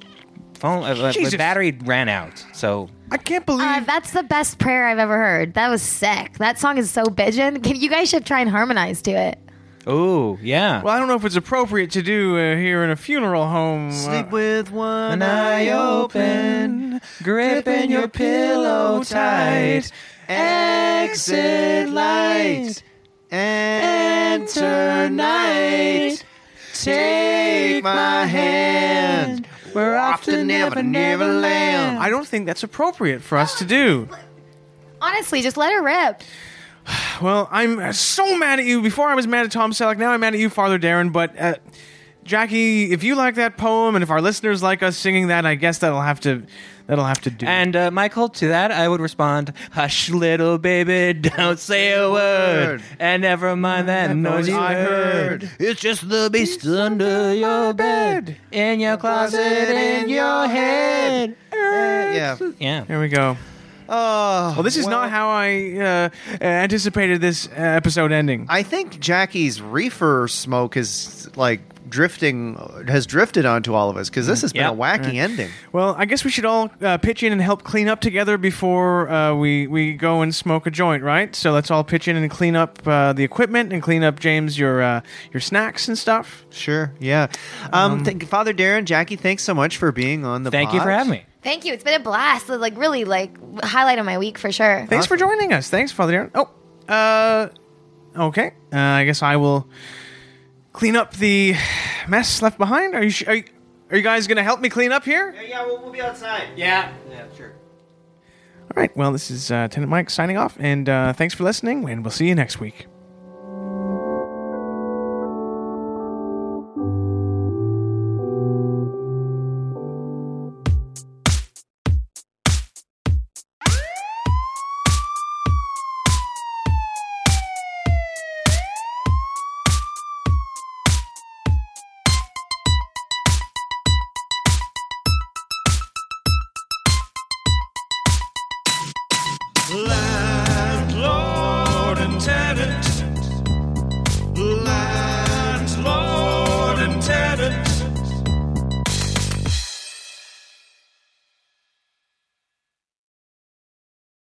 phone. Uh, uh, my Jesus. battery ran out, so I can't believe. Uh, that's the best prayer I've ever heard. That was sick. That song is so bitchin'. Can you guys should try and harmonize to it? oh yeah. well, I don't know if it's appropriate to do uh, here in a funeral home. Sleep Uh, with one An eye open, gripping your pillow tight. Exit light. Enter night. Take my hand. We're off to never, never land. I don't think that's appropriate for us to do. Honestly, just let it rip. Well, I'm uh, so mad at you. Before I was mad at Tom Selleck, now I'm mad at you, Father Darren. But uh, Jackie, if you like that poem, and if our listeners like us singing that, I guess that'll have to that'll have to do. And uh, Michael, to that I would respond, "Hush, little baby, don't say a word, and never mind that noise you I heard. heard. It's just the beast under your bed, in your closet, in your head." Yeah. Yeah. Here we go. Oh, Well, this is not how I uh, anticipated this uh, episode ending. I think Jackie's reefer smoke is like drifting, has drifted onto all of us because this has been Mm. Yeah. a wacky ending. well, I guess we should all uh, pitch in and help clean up together before uh, we we go and smoke a joint, right? So let's all pitch in and clean up uh, the equipment and clean up James your uh, your snacks and stuff. Sure. Yeah. Um, thank- Father Darren, Jackie, thanks so much for being on the Thank you for pod. having me. Thank you. It's been a blast. It's, Like really, like highlight of my week for sure. Thanks for joining us. Thanks, Father Darren. Oh, uh, okay. Uh, I guess I will clean up the mess left behind. Are you sh- are you, are you guys going to help me clean up here? Yeah, yeah, we'll, we'll be outside. Yeah, yeah, sure. All right. Well, this is uh, Tenant Mike signing off, and uh, thanks for listening. And we'll see you next week. Light